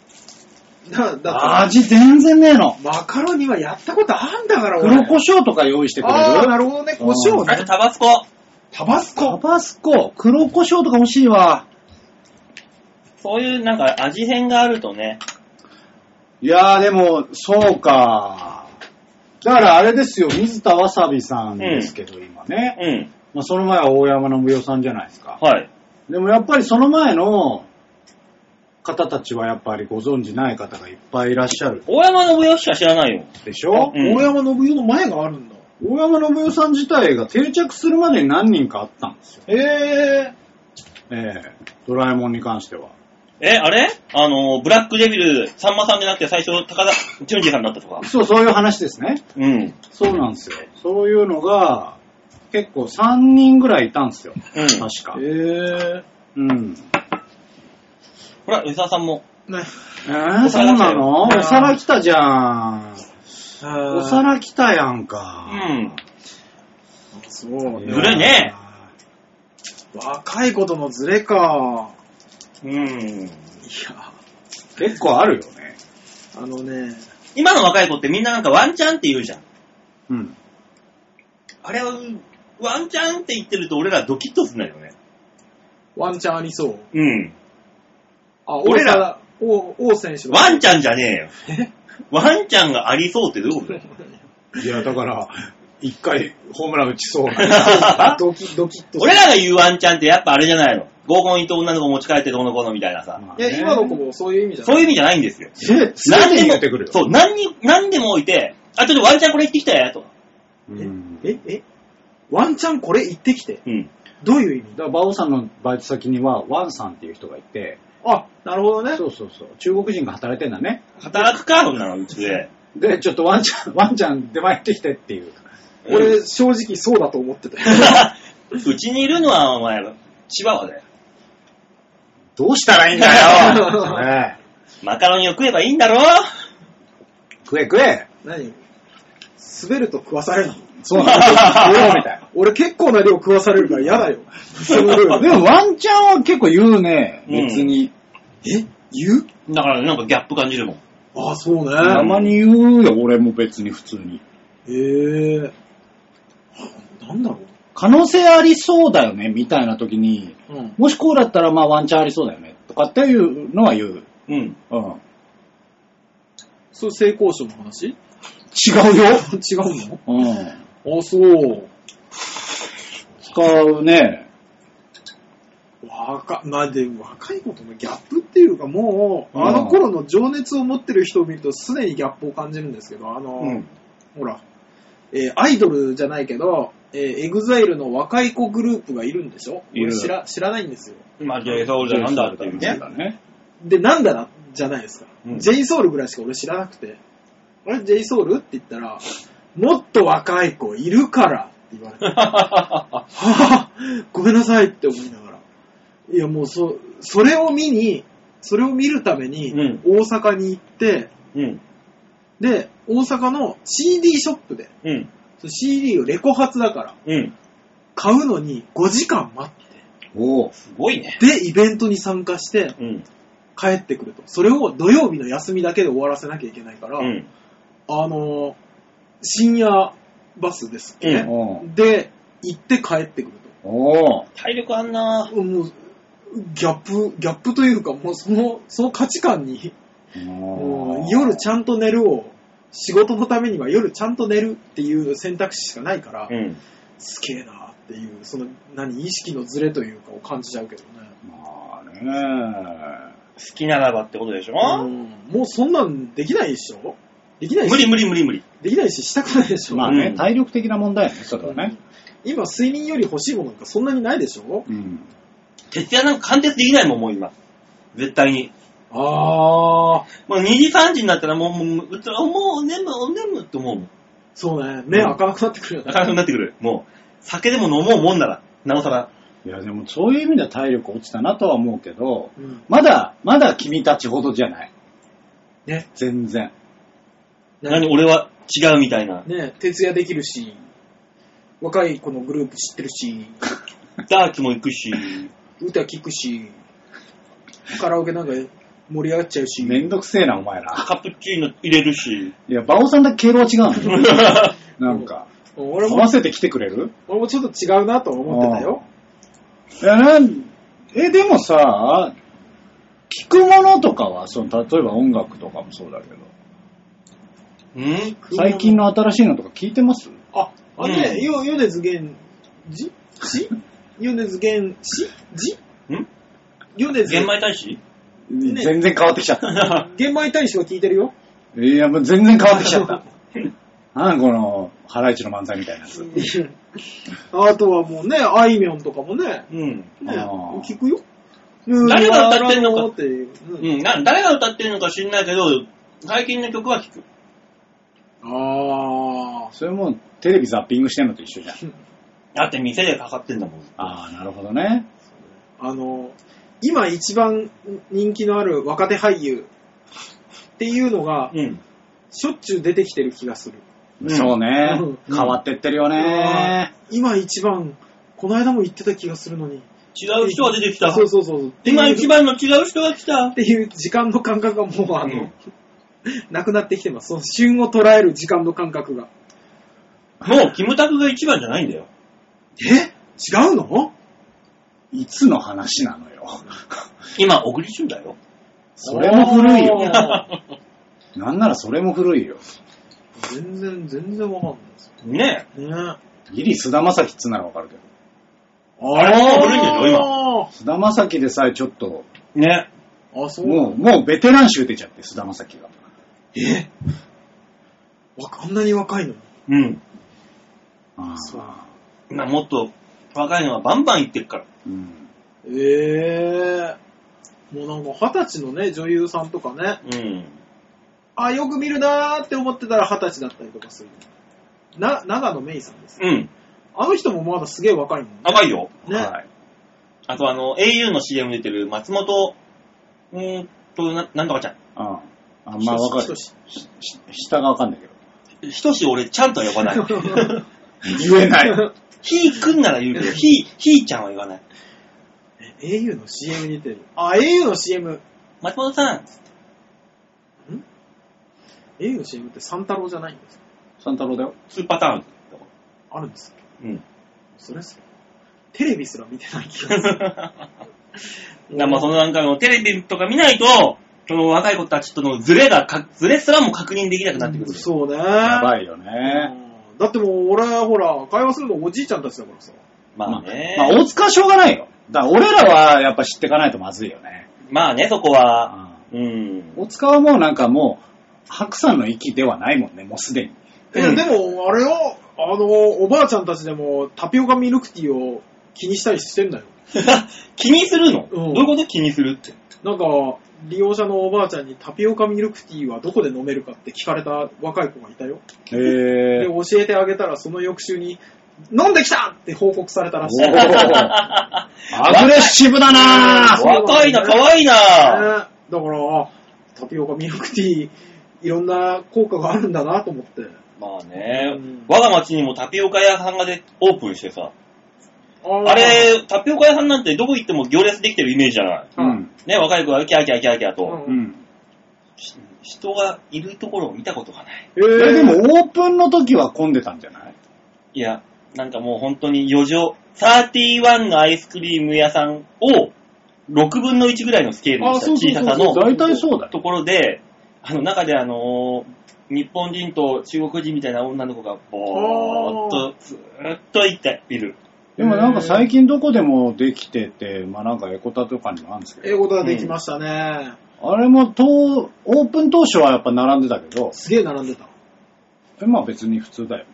な、だって、
味全然ねえの。
マカロニはやったことあんだから、俺
黒胡椒とか用意してくれる
ああ、なるほどね。胡椒
あと
ね。
タバスコ。
タバス
タ
コ。
バスコ、黒胡椒とか欲しいわ。
そういうなんか味変があるとね。
いやーでも、そうか。だからあれですよ、水田わさびさんですけど、今ね。
うん。
まあ、その前は大山信代さんじゃないですか。
はい。
でもやっぱりその前の方たちはやっぱりご存知ない方がいっぱいいらっしゃる
大山信代しか知らないよ。
でしょ
う、ん
大山信代の前があるんだ。
大山信代さん自体が定着するまでに何人かあったんですよ。
ええ
ええドラえもんに関しては。
え、あれあの、ブラックデビル、さんまさんじゃなくて最初、高田純次さんだったとか。
そう、そういう話ですね。
うん。
そうなんですよ。そういうのが、結構3人ぐらいいたんですよ。
うん
確か。
ええ
うん。
ほら、吉沢さんも。
ね。
えー、そうなのお皿来たじゃん。お
お
皿来たやん
う
か。
ん。
そう
い
ね
やー
ずれね
若いことのズレか。
うん。
いや、
結構あるよね。
あのね、
今の若い子ってみんななんかワンチャンって言うじゃん。
うん。
あれは、ワンチャンって言ってると俺らドキッとすんだよね。
ワンチャンありそう。
うん。
あ、
俺ら
大沢王王選手
ワンちゃんじゃねえよ。ワンちゃんがありそうってどういうことだよ。
いや、だから、一回ホームラン打ちそ うな。ドキドキッと
俺らが言うワンちゃんってやっぱあれじゃないの。合コン行って女の子持ち帰ってどうのこうのみたいなさ。
まあ
い
ね
や、今の子もそういう意味じゃ
そ
な
う
い。
いう意味じゃないんですよ。
すべ
何
て
で
言
も
ってくる、よ。
そう、何に、何でも置いて、あ、ちょっとワンちゃんこれ行ってきたよ、とか。
うん。
え、えワンチャンこれ言ってきて。
うん。
どういう意味
だから、馬王さんのバイト先には、ワンさんっていう人がいて、
あ、なるほどね。
そうそうそう、中国人が働いてんだね。
働くか、そんなの、うち で。
で、ちょっとワンちゃん、 ワンちゃん出前行ってきてっていう。
うん
俺、正直そうだと思ってたよ。
うちにいるのは、お前、千葉はだよ。
どうしたらいいんだよ それ
マカロニを食えばいいんだろ
食え食え
何滑ると食わされるの
そうなんだよ。食えよみたいな。
俺結構な量食わされるから嫌だよ。その量
でもワンちゃんは結構言うね、
うん
別に。
え言う
だから、なんかギャップ感じるもん。
あ、そう
た
ね。
まに言うよ、俺も別に普通に。
へえ。なんだろ
可能性ありそうだよね、みたいな時に、
う。うん。
もしこうだったらまあワンチャンありそうだよね、とかっていうのは言う。
うん。
うん。
そう、性交渉の話
違うよ。
違う
うん。
のあ、そう。
使うね。
若、まあで、若い子とのギャップっていうかもう、
うん
あの頃の情熱を持ってる人を見ると常にギャップを感じるんですけど、あの、
うん。
ほら、えーアイドルじゃないけど、えーエグザイルの若い子グループがいるんでしょ
いる
俺知ら知らないんですよ。
まあ、ジェイソウルじゃなんだっていう
そ
ね
う。だね。
で、なんだな、じゃないですか。
うん
ジェイソウルぐらいしか俺知らなくて、あれ、ジェイソウルって言ったら、もっと若い子いるからって言われて、はぁ、ごめんなさいって思いながら。いや、もうそ、それを見に、それを見るために
うん、
大阪に行って、
うん。
で、大阪の CD ショップで、
うん。
その CD をレコ発だから、
うん。
買うのに5時間待
おう
すごいね。
って、イベントに参加して
うん。
帰ってくると。それを土曜日の休みだけで終わらせなきゃいけないから、
うん。
あのー深夜バスですっけね、
おう
で、行って帰ってくる
おう
体力あんな
と。もう、ギャップ、ギャップというか、もうその、その価値観に、もう夜ちゃんと寝るを、仕事のためには夜ちゃんと寝るっていう選択肢しかないから、
うん。
すげえなっていう、その、何、意識のズレというかを感じちゃうけどね。
まあね。
好きならばってことでしょ
うんもうそんなんできないでしょできない
無
し、
理無理無理無理。
できないし、したくないでしょ。
まあ
う
ね、
ん
体力的な問題よね、それはね。
今、睡眠より欲しいものなんかそんなにないでしょ
うん。
徹夜なんか貫徹できないもん、もう今。絶対に。
ああ、
もう2時3時になったらもう、もう、うつもう、眠、眠って思うもん。
そうね。目開かなくなってくるよ
な
ね。
かなかなってくる。もう、酒でも飲もうもんなら、なおさら。
いや、でもそういう意味では体力落ちたなとは思うけど、
うん。
まだ、まだ君たちほどじゃない。
ね。
全然。
何俺は違うみたいな。
ね徹夜できるし、若い子のグループ知ってるし、
ダーキも行くし。
歌聴くし、カラオケなんか盛り上がっちゃうし、
めんどくせえな、お前ら。
カプチーノ入れるし。
いや、馬王さんだけ経路は違うのよ なんか、
俺
合
も
わ、せてきてくれる
俺もちょっと違うなとは思ってたよ。
いやなんえ、でもさ、聞くものとかは、その、例えば音楽とかもそうだけど、
うん
最近の新しいのとか聞いてます
あ、あのね
う、ん
よ、ヨネズゲン、じしヨネズゲン、しじ
ん
ヨネズ
玄米大 使
ね
全然変わってきちゃった。
玄米大使は聞いてるよ。
いや、もう全然変わってきちゃ った。なんこの、ハライチの漫才みたいなやつ。
あとはもうね、あいみょんとかもね、
うん。
ね
あー
聞くよ。
誰が歌ってんのか
うんっていううん
うん、な誰が歌ってるのか知んないけど、最近の曲は聞く。
あ
それも、テレビザッピングしてんのと一緒じゃん。
だって店でかかってんだもん。
ああ、なるほどね。
あ、あの、今一番人気のある若手俳優っていうのが、
うん。
しょっちゅう出てきてる気がする。
うん
そうね、
うん
変わってってるよね。
今一番、この間も言ってた気がするのに。
違う人が出てきた。
そうそうそう。
今一番の違う人が来。
ったていう時間の感覚がもうあの、
うん
なくなってきてます。その旬を捉える時間の感覚が。
もう、キムタクが一番じゃないんだよ。
え違うの
いつの話なのよ。
今、小栗旬だよ。
それも古いよ。
おー
なんならそれも古いよ。
全然、全然わかんないです
ね
よね。
ギリ菅田将暉っつうならわかるけど。
あ
れも古いんじゃない今
菅田将暉でさえちょっと、
え。ね
今。あ、そうな
も
の
う、もうベテラン集出ちゃって、菅田将暉が。
えわあんなに若いのに
うん。
ああ
そう
今もっと若いのはバンバン行ってるから。
うん。
ええもうなんか二十歳のね、女優さんとかね、
うん。
あ、よく見るなーって思ってたら二十歳だったりとかする。な、長野芽衣さんです。
うん。
あの人もまだすげえ若いもんね。
甘いよ。
ね、
はい。
あとあの、au の CM 出てる松本、うーんと、ななんとかちゃ
あああんまわか
ひと
る。
し
しし下がわかんないけど。
ん。ひとし俺ちゃんとは呼ばない。
言 えない。
ひーくんなら言うけど、ひー、ひーちゃんは言わない。
え au の CM に出てる。あ、au の CM。
松本さん
au の CM って三太郎じゃないんですか
三太郎だよ。
スーパーターン。
あるんですか
うん。
それすら。テレビすら見てない気がする。
だまあそのなんかのテレビとか見ないと、その若い子たちとのズレがか、ズレすらも確認できなくなってくる。
そうね。
やばいよね。
うんだってもう俺ほら、会話するのおじいちゃんたちだからさ。
まあね。
まあ、大塚はしょうがないよ。だから俺らはやっぱ知ってかないとまずいよね。
まあね、そこは。
あ
うん
あ。大塚はもうなんかもう、白さんの域ではないもんね、もうすでに。
え、
うん
でも、あれよ、あの、おばあちゃんたちでもタピオカミルクティーを気にしたりしてんだよ。
気にするの、
うん
どういうこと気にするって。
なんか、利用者のおばあちゃんにタピオカミルクティーはどこで飲めるかって聞かれた若い子がいたよ。で、
へ
教えてあげたらその翌週に、飲んできたって報告されたらしい。
おー
ア
アグレッシブだな
そう
ぁ
若いな、可愛い
ね
な。
だから、タピオカミルクティー、いろんな効果があるんだなと思って。
まあね
うん、
我が町にもタピオカ屋さんがでオープンしてさ、
あ
あれ、タピオカ屋さんなんてどこ行っても行列できてるイメージじゃない。
う
うん
ん。
ね、若い子がキャーキャーキャーキャーと、
う
う
ん
ん。
し人がいるところを見たことがない。
え
え
ー、
でもオープンの時は混んでたんじゃない
いや、なんかもう本当に余剰、31のアイスクリーム屋さんを6分の1ぐらいのスケールに
あ、
した
そうそう
小さ
そう
さ
そ
の
う。大体そうだよ。
ところで、あの中であのー日本人と中国人みたいな女の子がぼーっとずーっといている。
でもなんか最近どこでもできてて、まあなんかエコタとかにもあるんですけ
英
ど、
語ができましたね。
あれもとオープン当初はやっぱ並んでたけど、
すげえ並んでた。
えまあ別に普通だよ。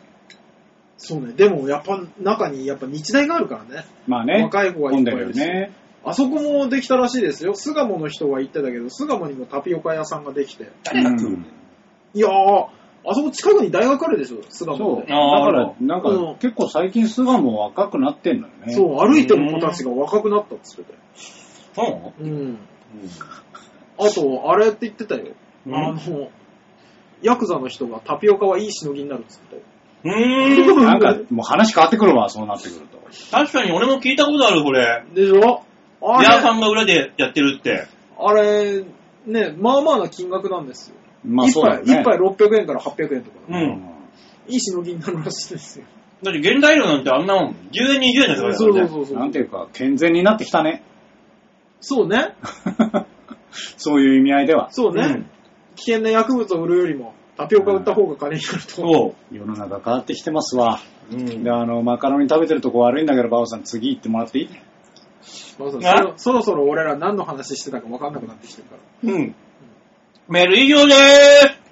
そうね。でも、やっぱ中に、やっぱ日大があるからね。
まあね、
若い子がい
混
っ
ん
ぱ
で
いい
る
る
よ
し
ね。
あそこもできたらしいですよ。巣鴨の人が言ってたけど、巣鴨にもタピオカ屋さんができて。
誰が来
う
る
ん
いやー、あそこ近くに大学あるでしょ、巣鴨
そう。
っ
だ
て。
あ
か
ー
ら、なん
うん
か結構最近巣鴨も若くなってんのよね。
そう、歩いてる子たちが若くなったって言ってた
そ
よ。
う
うん。
う
あと、あれって言ってたよ。
ん
あの、ヤクザの人がタピオカはいいしのぎになるって言って
うーん。
なんかもう話変わってくるわ、そうなってくると。
確かに俺も聞いたことある、これ。
たよ。でしょあ
ビアさ
れ、
んが裏でやってるって。
あれ、ね、まあまあな金額なんですよ。
まあ
一
そう
杯、
だよ
一
ね。
杯600円から800円とか。
う。
うんん。
いいしのぎになるらしいですよ。
だって原材料なんてあんなもん、10円、20円だからね。
そうそうそうそう。
なんていうか、健全になってきたね。
そうね。
そういう意味合いでは。
そうね、
うん
危険な薬物を売るよりも、タピオカ売った方が金になると。
そ
世の中変わってきてますわ。
う。うん
で、あの、マカロニ食べてるとこ悪いんだけど、バオさん次行ってもらっていい
まあそ
あ
ろそろそろ俺ら何の話してたか分かんなくなってきてるから。
うん。メール以上でーす。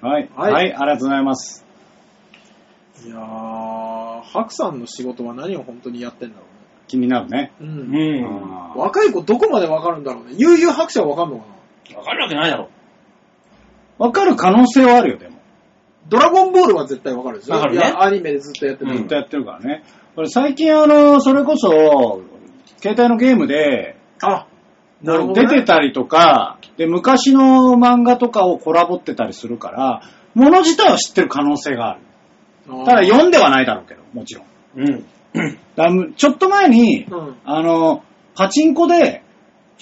はい。
は
はいい、ありがとうございます。
いやー、ハクさんの仕事は何を本当にやってんだろ
気になるね。
うね。う。
うんん。
あー
若い子どこまで分かるんだろうね。悠々白書は分かんのかな
わかるわけないだろ。
わかる可能性はあるよ、でも。
ドラゴンボールは絶対分かるでしょ。
分かるね
いや、アニメでずっとやってる。
うん
ずっとやってるからね。俺最近あの、それこそ、携帯のゲームで、
あ、なるほど、
出
ね。
てたりとか、で、昔の漫画とかをコラボってたりするから、もの自体は知ってる可能性がある。
あー
ただ読んではないだろうけど、もちろん。
うん。
だむちょっと前に、
うん
あの、パチンコで、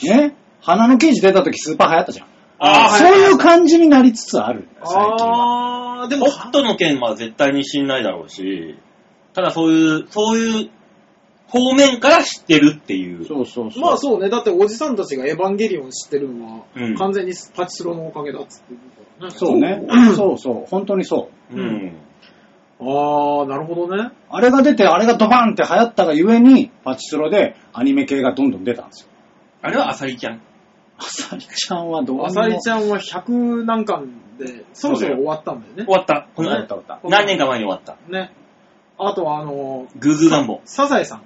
ね、花の刑事出た時スーパー流行ったじゃん。
あ
ー
あ、
そういう感じになりつつあるんだよ、最近は。
あー、でも、
ホットの件は絶対に信ないだろうし、ただそういう、そういう方面から知ってるっていう。
そうそうそう。
まあそうね。だっておじさんたちがエヴァンゲリオン知ってるのは、
うん
完全にパチスロのおかげだっつって言うからね。
そうね。そうそう。本当にそう。
うん。
ああ、なるほどね。
あれが出て、あれがドバンって流行ったがゆえに、パチスロでアニメ系がどんどん出たんですよ。
あれはアサリちゃん。
アサリちゃんはどう
あさりち
ゃん
ゃんは100何巻で、そろそろ終わったんだよね
終。わった。こ
終
の
わった終わっ
何年か前に終わった。
ね。あとはあのー、
グーグーガンボ。
サザエさん。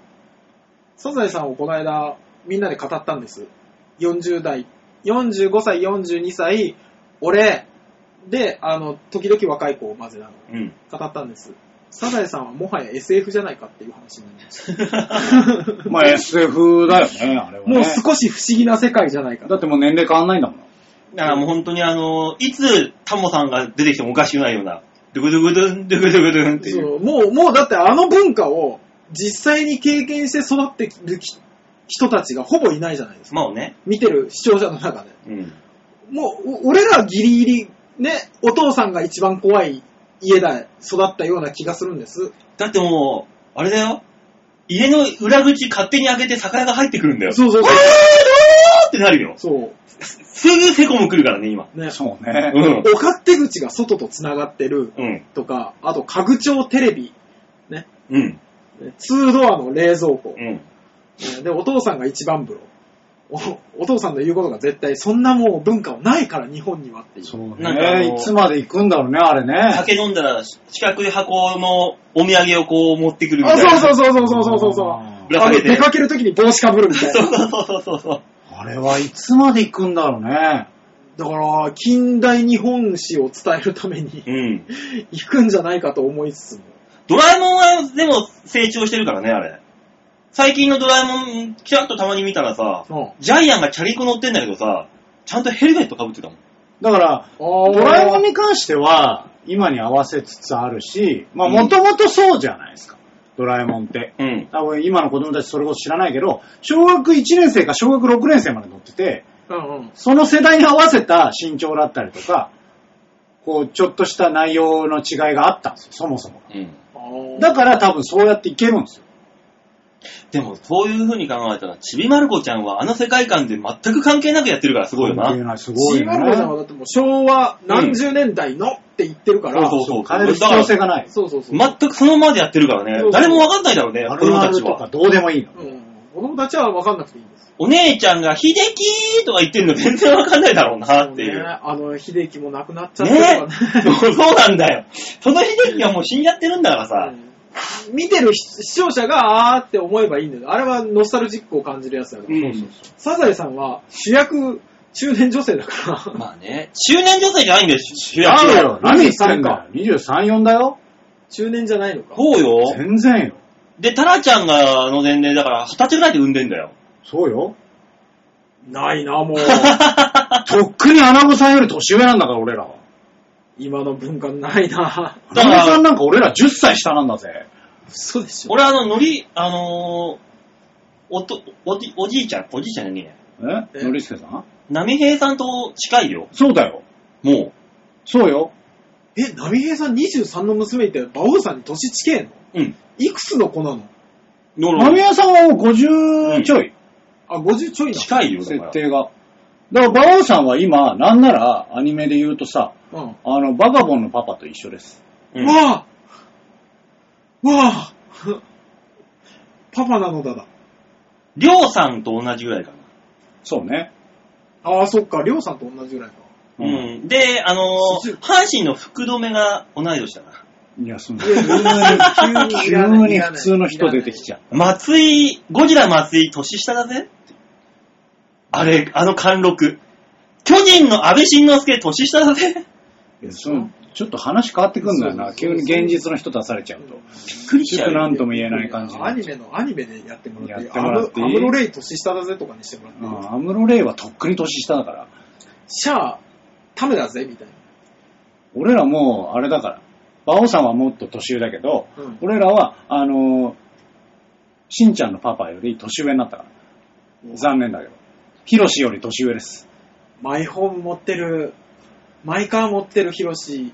サザエさんをこの間、みんなで語ったんです。40代、45歳、42歳、俺、で、あの、時々若い子を混ぜなの。
うん。
語ったんです。サザエさんはもはや SF じゃないかっていう話になりました。
た。まあ SF だよね、あれは、ね。
もう少し不思議な世界じゃないか
だってもう年齢変わんないんだもん。
だからもう本当にあの、いつタモさんが出てきてもおかしくないような、ドゥクドゥクドゥン、ドゥクドゥクドゥンってい。
そうう、もう、もうだってあの文化を実際に経験して育ってるき人たちがほぼいないじゃないですか。
まあね。
見てる視聴者の中で。
うん。
もう、お俺らはギリギリ、ね、お父さんが一番怖い家で育ったような気がするんです。
だってもう、あれだよ。家の裏口勝手に開けて魚が入ってくるんだよ。
そうそうそう
わーどーってなるよ。
そ
すぐセコム来るからね、今。
う。ね。
そうね。
うん。
お勝手口が外と繋がってる
うん。
とか、あと家具調テレビ、
うん。
ね2ドアの冷蔵庫、
うん。
ねで、お父さんが一番風呂。おお父さんの言うことが絶対、そんなもう文化はないから日本にはっていう。
そう
なんかあ
ね。
の
いつまで行くんだろうね、あれね。
酒飲んだら、四角い箱のお土産をこう持ってくるみた
あ、
いな。
そうそうそうそうそうそうそう。
あ
ぶら下
あの、
げて
出かけるときに帽子かぶるみたいな。
そうそうそうそう。
あれはいつまで行くんだろうね。
だから、近代日本史を伝えるために
うん。
行くんじゃないかと思いつつも。
ドラえもんはでも成長してるからね、あれ。最近のドラえもん、ちらっとたまに見たらさ、
うん
ジャイアンがチャリンコ乗ってんだけどさ、ちゃんとヘルメットかぶってたもん。
だから、
ド
ドラえもんに関しては、今に合わせつつあるし、まあ
うん
もともとそうじゃないですか。ドラえもんって。
うん。
多分今の子供たちそれこそ知らないけど、小学1年生か小学6年生まで乗ってて、
うんうん。
その世代に合わせた身長だったりとか、こう、ちょっとした内容の違いがあったんですよ、そもそもが。
うん。
だから多分そうやっていけるんですよ。
でも、そういう風に考えたら、ちびまる子ちゃんはあの世界観で全く関係なくやってるからすごいよな。
な。すごい
チー
よ
ムアルコさんは
ね。
だってもう昭和何十年代のって言ってるか
そ
ら、
うそうそう。
変える必要性がない。
そうそうそう。
全くそのままでやってるからね
そうそ。う
誰もわかんないだろうね、
あ
子
る
供
あ
たち
ると
は。
かどうでもいいの。
うん、子供たちは分かんなくていいんです。
お姉ちゃんが、秀樹ーとか言ってんの全然わかんないだろうなってい
ね
う。
あの、秀樹も亡くなっちゃっ
ね
たから ね。
そうそうなんだよ。その秀樹がもう死んじゃってるんだからさ。
うん見てる視視聴者があーって思えばいいんだよ。あれはノスタルジックを感じるやつだから。
うん。
サザエさんは主役、中年女性だから。
まあね、中年女性じゃないんだよ、主役
違う
は。
よ。何言ってんだよ。23、4だよ。
中年じゃないのか。
そうよ。
全然よ。
で、タラちゃんが、あの年齢だから、二十歳ぐらいで産んでんだ よ。
そうよ。
ないな、もう。
とっくにアナゴさんより年上なんだから、俺らは。
今の文化ないな。
アナゴさんなんか俺ら10歳下なんだぜ。
嘘でしょ。
俺、あの、のり、あのー、おと、おじ、おじいちゃん、おじいちゃんじゃねえや。
え
え
のりすけさん
波平さんと近いよ。
そうだよ。
も
そうよ。
え、ナミヘイさん23の娘いて、馬王さんに年近えの
う。うん。
いくつの子なの
の
マミヤさんは50ちょい、
あ、50ちょいな
近いよ、だか
設
ら。
定が。だから、馬王さんは今、なんなら、アニメで言うとさ、
の。うん。
あの、バカボンのパパと一緒です。
うん
わあわあパパなのだだ。
りょうさんと同じぐらいか
そうね。
ああ、そっか、りょうさんと同じぐらいか。
な。うん。で、あのー
す
阪神の福留が同い年だな。
いや、その、
いや急に
急に普通の人出てきち
ゃ
ゃう。
松井、ゴジラ松井、年下だぜ。あれ、あの貫禄。巨人の安倍晋之助、年下だぜ。
いやそのちょっと話変わってくんだよな。
そう
急
そう
に
そう
現実の人出されちゃうと。
びっくりし
ち
ちゃ
ょっ
う
と
よ。
なんとも言えない感じにな
ア
っち
ニメの、アニメでやってもらっていい
やってもらっていい
アムアムロレイ年下だぜとかにしてもらってい
ゃ。
いう
うんアムロレイはとっくに年下だから。
シャア、タメだぜ、みたいな。
俺らもう、あれだから。馬王さんはもっと年上だけど、
うん
俺らは、あのーしんちゃんのパパより年上になったから。残念だけど。ヒロシより年上です。
マイホーム持ってる、マイカー持ってるヒロシ。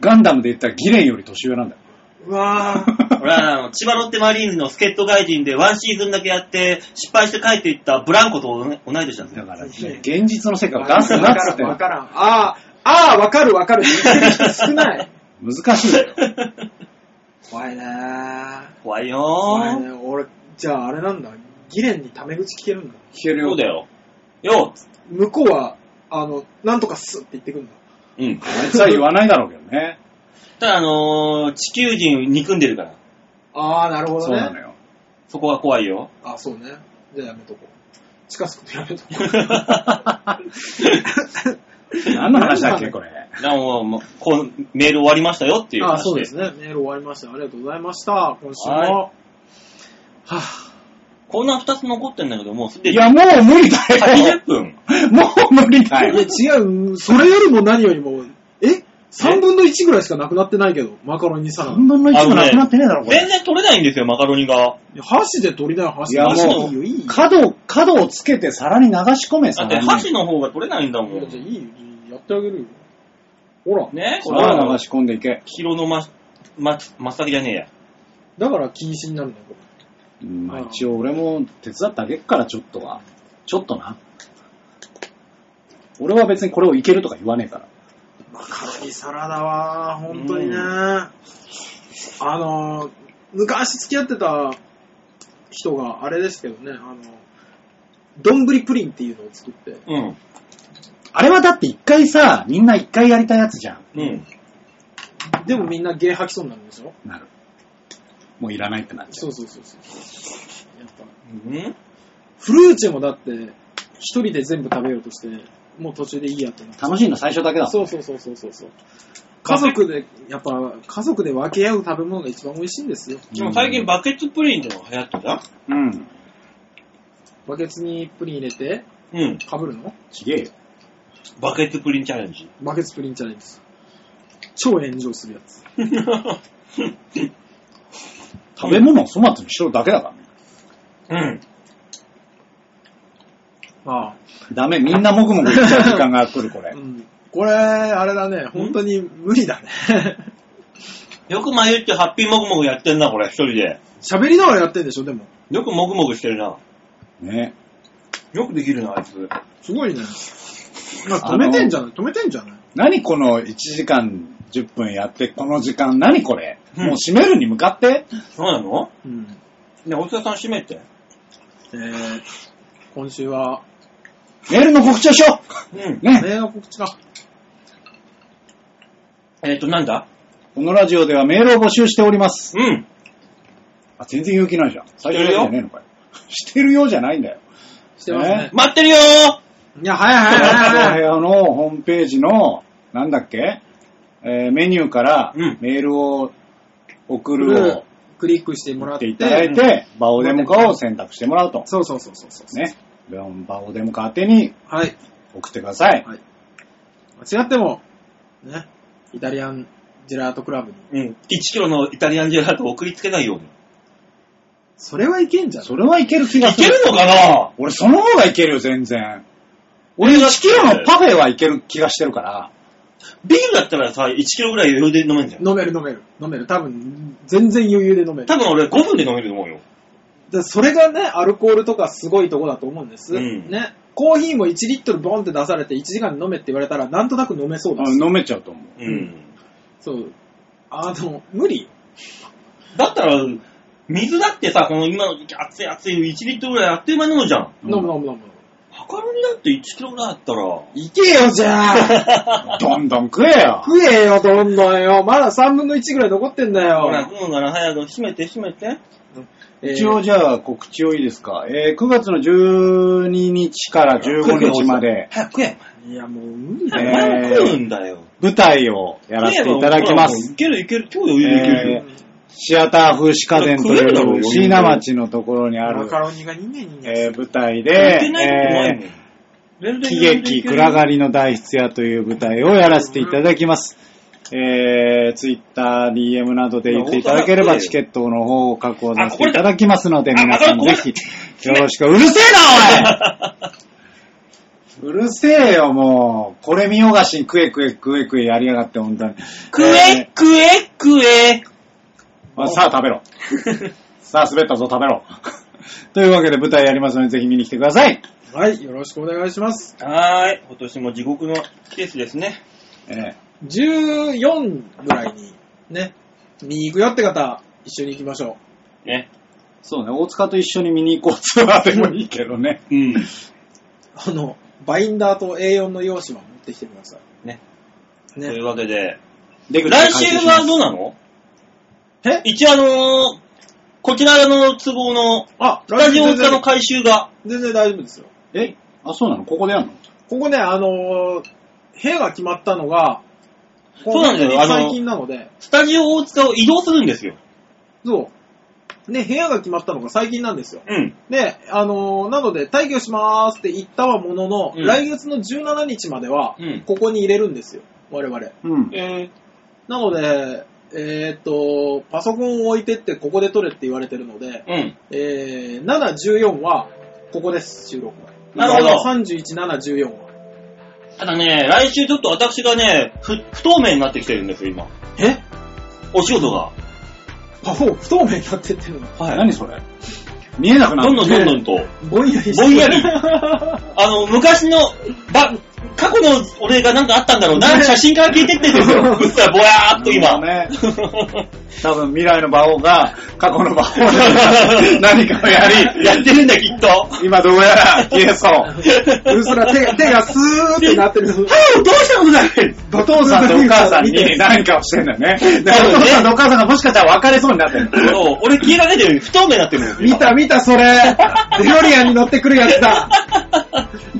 ガンダムで言ったらギレンより年上なんだよ。
うわぁ、
俺はあの、千葉ロッテマリーンズの助っ人外人でワンシーズンだけやって、失敗して帰っていったブランコと同い年なんです
だ
よ。
から、現実の世界を出
わ
す
か
なっつっ
らん、
てんの
わからん。ああ、ああ、わかるわかるって言ってる人少ない。
難しいよ。
怖いねー。
怖いよ
怖い
ー。
ね。俺、じゃああれなんだ。ギレンにタメ口聞けるんだ。
聞ける
そ
よ
う。だよ。よ
向こうは、あの、なんとかすって言ってくんだ。
う。うん。
あいつは言わないだろうけどね。
ただ、あのー地球人憎んでるから、
ああ、なるほどね。
そうなのよ。
そこは怖い よ。
あ、そうね。じゃあやめとこう。近づくのやめとこ。
何の話だっけ、これ。
なお、もうこう、メール終わりましたよっていうう
あ
話
あ、
で。
そうですね。メール終わりました。ありがとうございました。今週も。
はい
はぁ、
こんな二つ残ってんだけど、もうすで
い
に
や、もう無理だよ。
80分。
もう無理だ
いや
よ。
違う。それよりも何よりも、え ?3 分の1ぐらいしかなくなってないけど、マカロニサラダ
3。分の1もなくなってねえだろ、こ
全
れ。
然取れないんですよ、マカロニが。
箸で取りなよ、箸
い
で。
や、
箸で
も
いいよ、いいよ。
う、角を、角をつけて皿に流し込め、
だ
皿
って
に。
箸の方が取れないんだも
いやじゃあ
ん。
いいよ、いいよやってあげるよ。ほら。
ね
皿を流し込んでいけ。
キロのま、ま、まっ先じゃねえや。
だから禁止になるんだよ、これ。
うんまあ一応俺も手伝ってあげっから、ちょっとは。ちょっとな。俺は別にこれをいけるとか言わねえから。
マカロニサラダは、本当にね、
うん
あの、昔付き合ってた人が、あれですけどね、あの、丼プリンっていうのを作って、
うん。
あれはだって一回さ、みんな一回やりたいやつじゃん。
うん。
でもみんなゲー吐きそうになるんでしょ
なる。もういらないってなっちゃう。
そうそうそうそう。やっぱ、
うん
フルーチェもだって、一人で全部食べようとして、もう途中でいいやってなって
楽しいの最初だけだもん。
そうそうそうそうそうそう。家族で、やっぱ、家族で分け合う食べ物が一番美味しいんですよ。
でも最近バケツプリンってのが流行ってた
うん。
バケツにプリン入れて、
うん。
かぶるの
ちげえよ。
バケツプリンチャレンジ。
バケツプリンチャレンジ。超炎上するやつ。
食べ物を粗末にしろだけだからね。
うん。
ああ。
ダメ、みんなもぐもぐ言っちゃう時間が来る、これ
う。ん。これ、あれだね。本当に無理だね。
よく眉ってハッピーもぐもぐやってんな、これ、一人で。
喋りながらやってんでしょ、でも。
よくもぐもぐしてるな。
ね。
よくできるな、あいつ。
すごいね。まあ、止めてんじゃない止めてんじゃない
何この1時間10分やって、この時間、何これ
うん
もう閉めるに向かって
そうなの
うん。
ね、大塚さん閉めて。
えー、今週は、
メールの告知をしよ
うん
う。ね。
映画告知か。
えっ、と、なんだ
このラジオではメールを募集しております。
うん。
あ、全然勇気ないじゃん。最
て
初
るよ
じゃねえのかよ。してるようじゃないんだよ。
してますね。
待ってるよ
いや、早い早い早い
お部
早い。
屋のホームページの、なんだっけ、えーメニューから
うん
メールを送
ブ
る
ルー
を
クリックしても
打
ら
っ
ってて。
いただいて、バオデモカを選択してもらうと。
そうそうそうそうそう。
ね。でバオデモカ宛てに
はい。
送ってください。
はい。間違っても、ね、イタリアンジェラートクラブに。
うん。1キロのイタリアンジェラートを送りつけないように。
それはいけんじゃん。
それはいける気が
い
す
け
る。
るのかな
俺その方がいけるよ、全然。俺
だっ
1
て
キロのパフェはいける気がしてるから。
ビールだったらさ、1キロぐらい余裕で飲めんじゃん。
飲める飲める。飲める。多分、全然余裕で飲める。
多分俺5分で飲めると思うよ。
でそれがね、アルコールとかすごいとこだと思うんです。
うん
ね。コーヒーも1リットルボンって出されて1時間飲めって言われたら、なんとなく飲めそうだ
あ
し。
飲めちゃう と思う。
うん。
そう。あの、無理。
だったら、水だってさ、この今の熱い熱い1リットルぐらいあっという間に飲むじゃん。
うん
飲む飲む飲む。
マカロニだって1キロぐらいあったら、
いけよ、じゃあ
どんどん食えよ。
食えよ、どんどんよ。まだ3分の1ぐらい残ってんだよ。
ほら、食うから早く閉めて閉めて。
えー
一応じゃあ告知をいいですか。えー9月の12日から15日まで、
早く食え。
いや、もう無理
お
だ
え
よ。
ー
前も食うんだよ。
舞台をやらせていただきま
食えばほら
す。
いけるいける、今日余裕でいけるよ。
シアター風刺家電と
食えるだろう
い
よ
う椎名町のところにあ
マ
る
カ、ロニが2年に
えー舞台
い
で
け、ないことないもん。全
え
然
ー喜
余裕でい
劇
ける
暗がりの大筆屋という舞台をやらせていただきます。えー、ツイッター、DM などで言っていただければチケットの方を確保させていただきますので、
あ
皆さんもぜひよろしく。うるせえな、おいうるせえよ、もう。これ見よがしに食え食え食え食えやりやがって、本当に。
食え、食え、食え。
まあさあ食べ ろ。さあ滑ったぞ食べろ。 というわけで舞台やりますのでぜひ見に来てください。
はい、よろしくお願いします。
はーい。今年も地獄のケースですね。
ええ
14ぐらいにね、見に行くよって方、一緒に行きましょ
ね。
そうね、大塚と一緒に見に行こうツアーでもいいけ どね。
うん。
う。あの、バインダーと A4 の用紙は持ってきてくださ
ね。
い。
と
ね
いう。わけで、
で
来週はどうなの
え
一応あのーこちらの都合の、
あ、
スタジオ
全
歌の
然
回収が、
全然大丈夫ですよ。
えあ、そうなのここでやるの
ここね、あのー部屋が決まったのが、
そうなんだよ
ここ
あの
最近なので、
スタジオ大塚を移動するんですよ。
そう。ね、部屋が決まったのが最近なんですよ。
うん。
で、あのーなので、退去しまーすって言ったはものの、
うん
来月の17日までは
うん、
ここに入れるんですよ。我々。
うん。
え
なので、えーっと、パソコンを置いてってここで撮れって言われてるので、
うん。
えー、714はここです、収録は。
なるほど
31、714は。
ただね、来週ちょっと私がね、ふ不透明になってきてるんですよ、今。
え
お仕事が。
あ、もう不透明になってってるの。
は
何それ見えなくな
ど
る
んどんどんどんと。
ぼんやりして
ぼんやり
は
あの、昔の、ば、過去の俺がなんかあったんだろうな、
ね
写真から聞いてってんですよ。うっすらぼやーっと今。
ね、多分未来の馬王が過去の馬 王で何かをや り、
やってるんだ、きっと。は
今どうやら消 えそう。
うっすら手が、手がスーって なってる。
ぁ、どうしたことだい
お父さんとお母さんに何かをしてんだよね。で
そうね
お父さんとお母さんがもしかしたら別れそうになってる。
そう俺消えられてる不透明になってるんですよ。
見た見 たそれ。デロリアンに乗ってくるやつだ。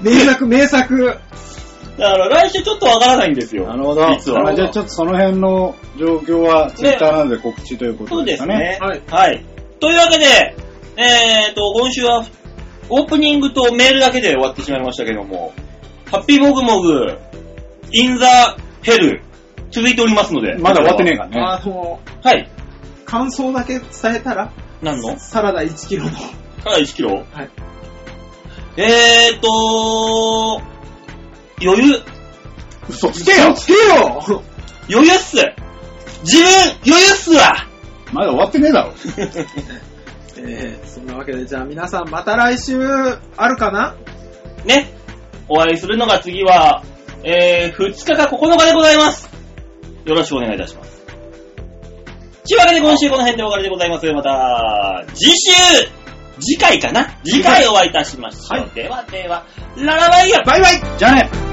名作名作。
だから来週ちょっとわからないんですよ。
なるほど。
実は
あじゃあちょっとその辺の状況はツイッターなので告知というこ
そ
と
うで
ですすかね。
ね。
はい
はい。というわけで、えーと、今週はオープニングとメールだけで終わってしまいましたけども、ハッピーモグモグ、インザヘル、続いておりますので。
まだ終わってねえか
あ
らね。
の、
はい。
感想だけ伝えたら、
何の
サラダ1キロの。
ただ1キロ
はい。
えーと、余裕、
嘘つけ
手
よ
をつけよ
余裕っす。自分、余裕っすわ
まだ終わってねえだろ。
えー、そんなわけで、じゃあ皆さんまた来週あるかな
ね、お会いするのが次は、えー、2日か9日でございます。よろしくお願いいたします。というわけで今週この辺でお別れでございます。また、次週次回かな次回お会いいたしましょう。
はい
ではでは、ララバイヤ
バイバイじゃあね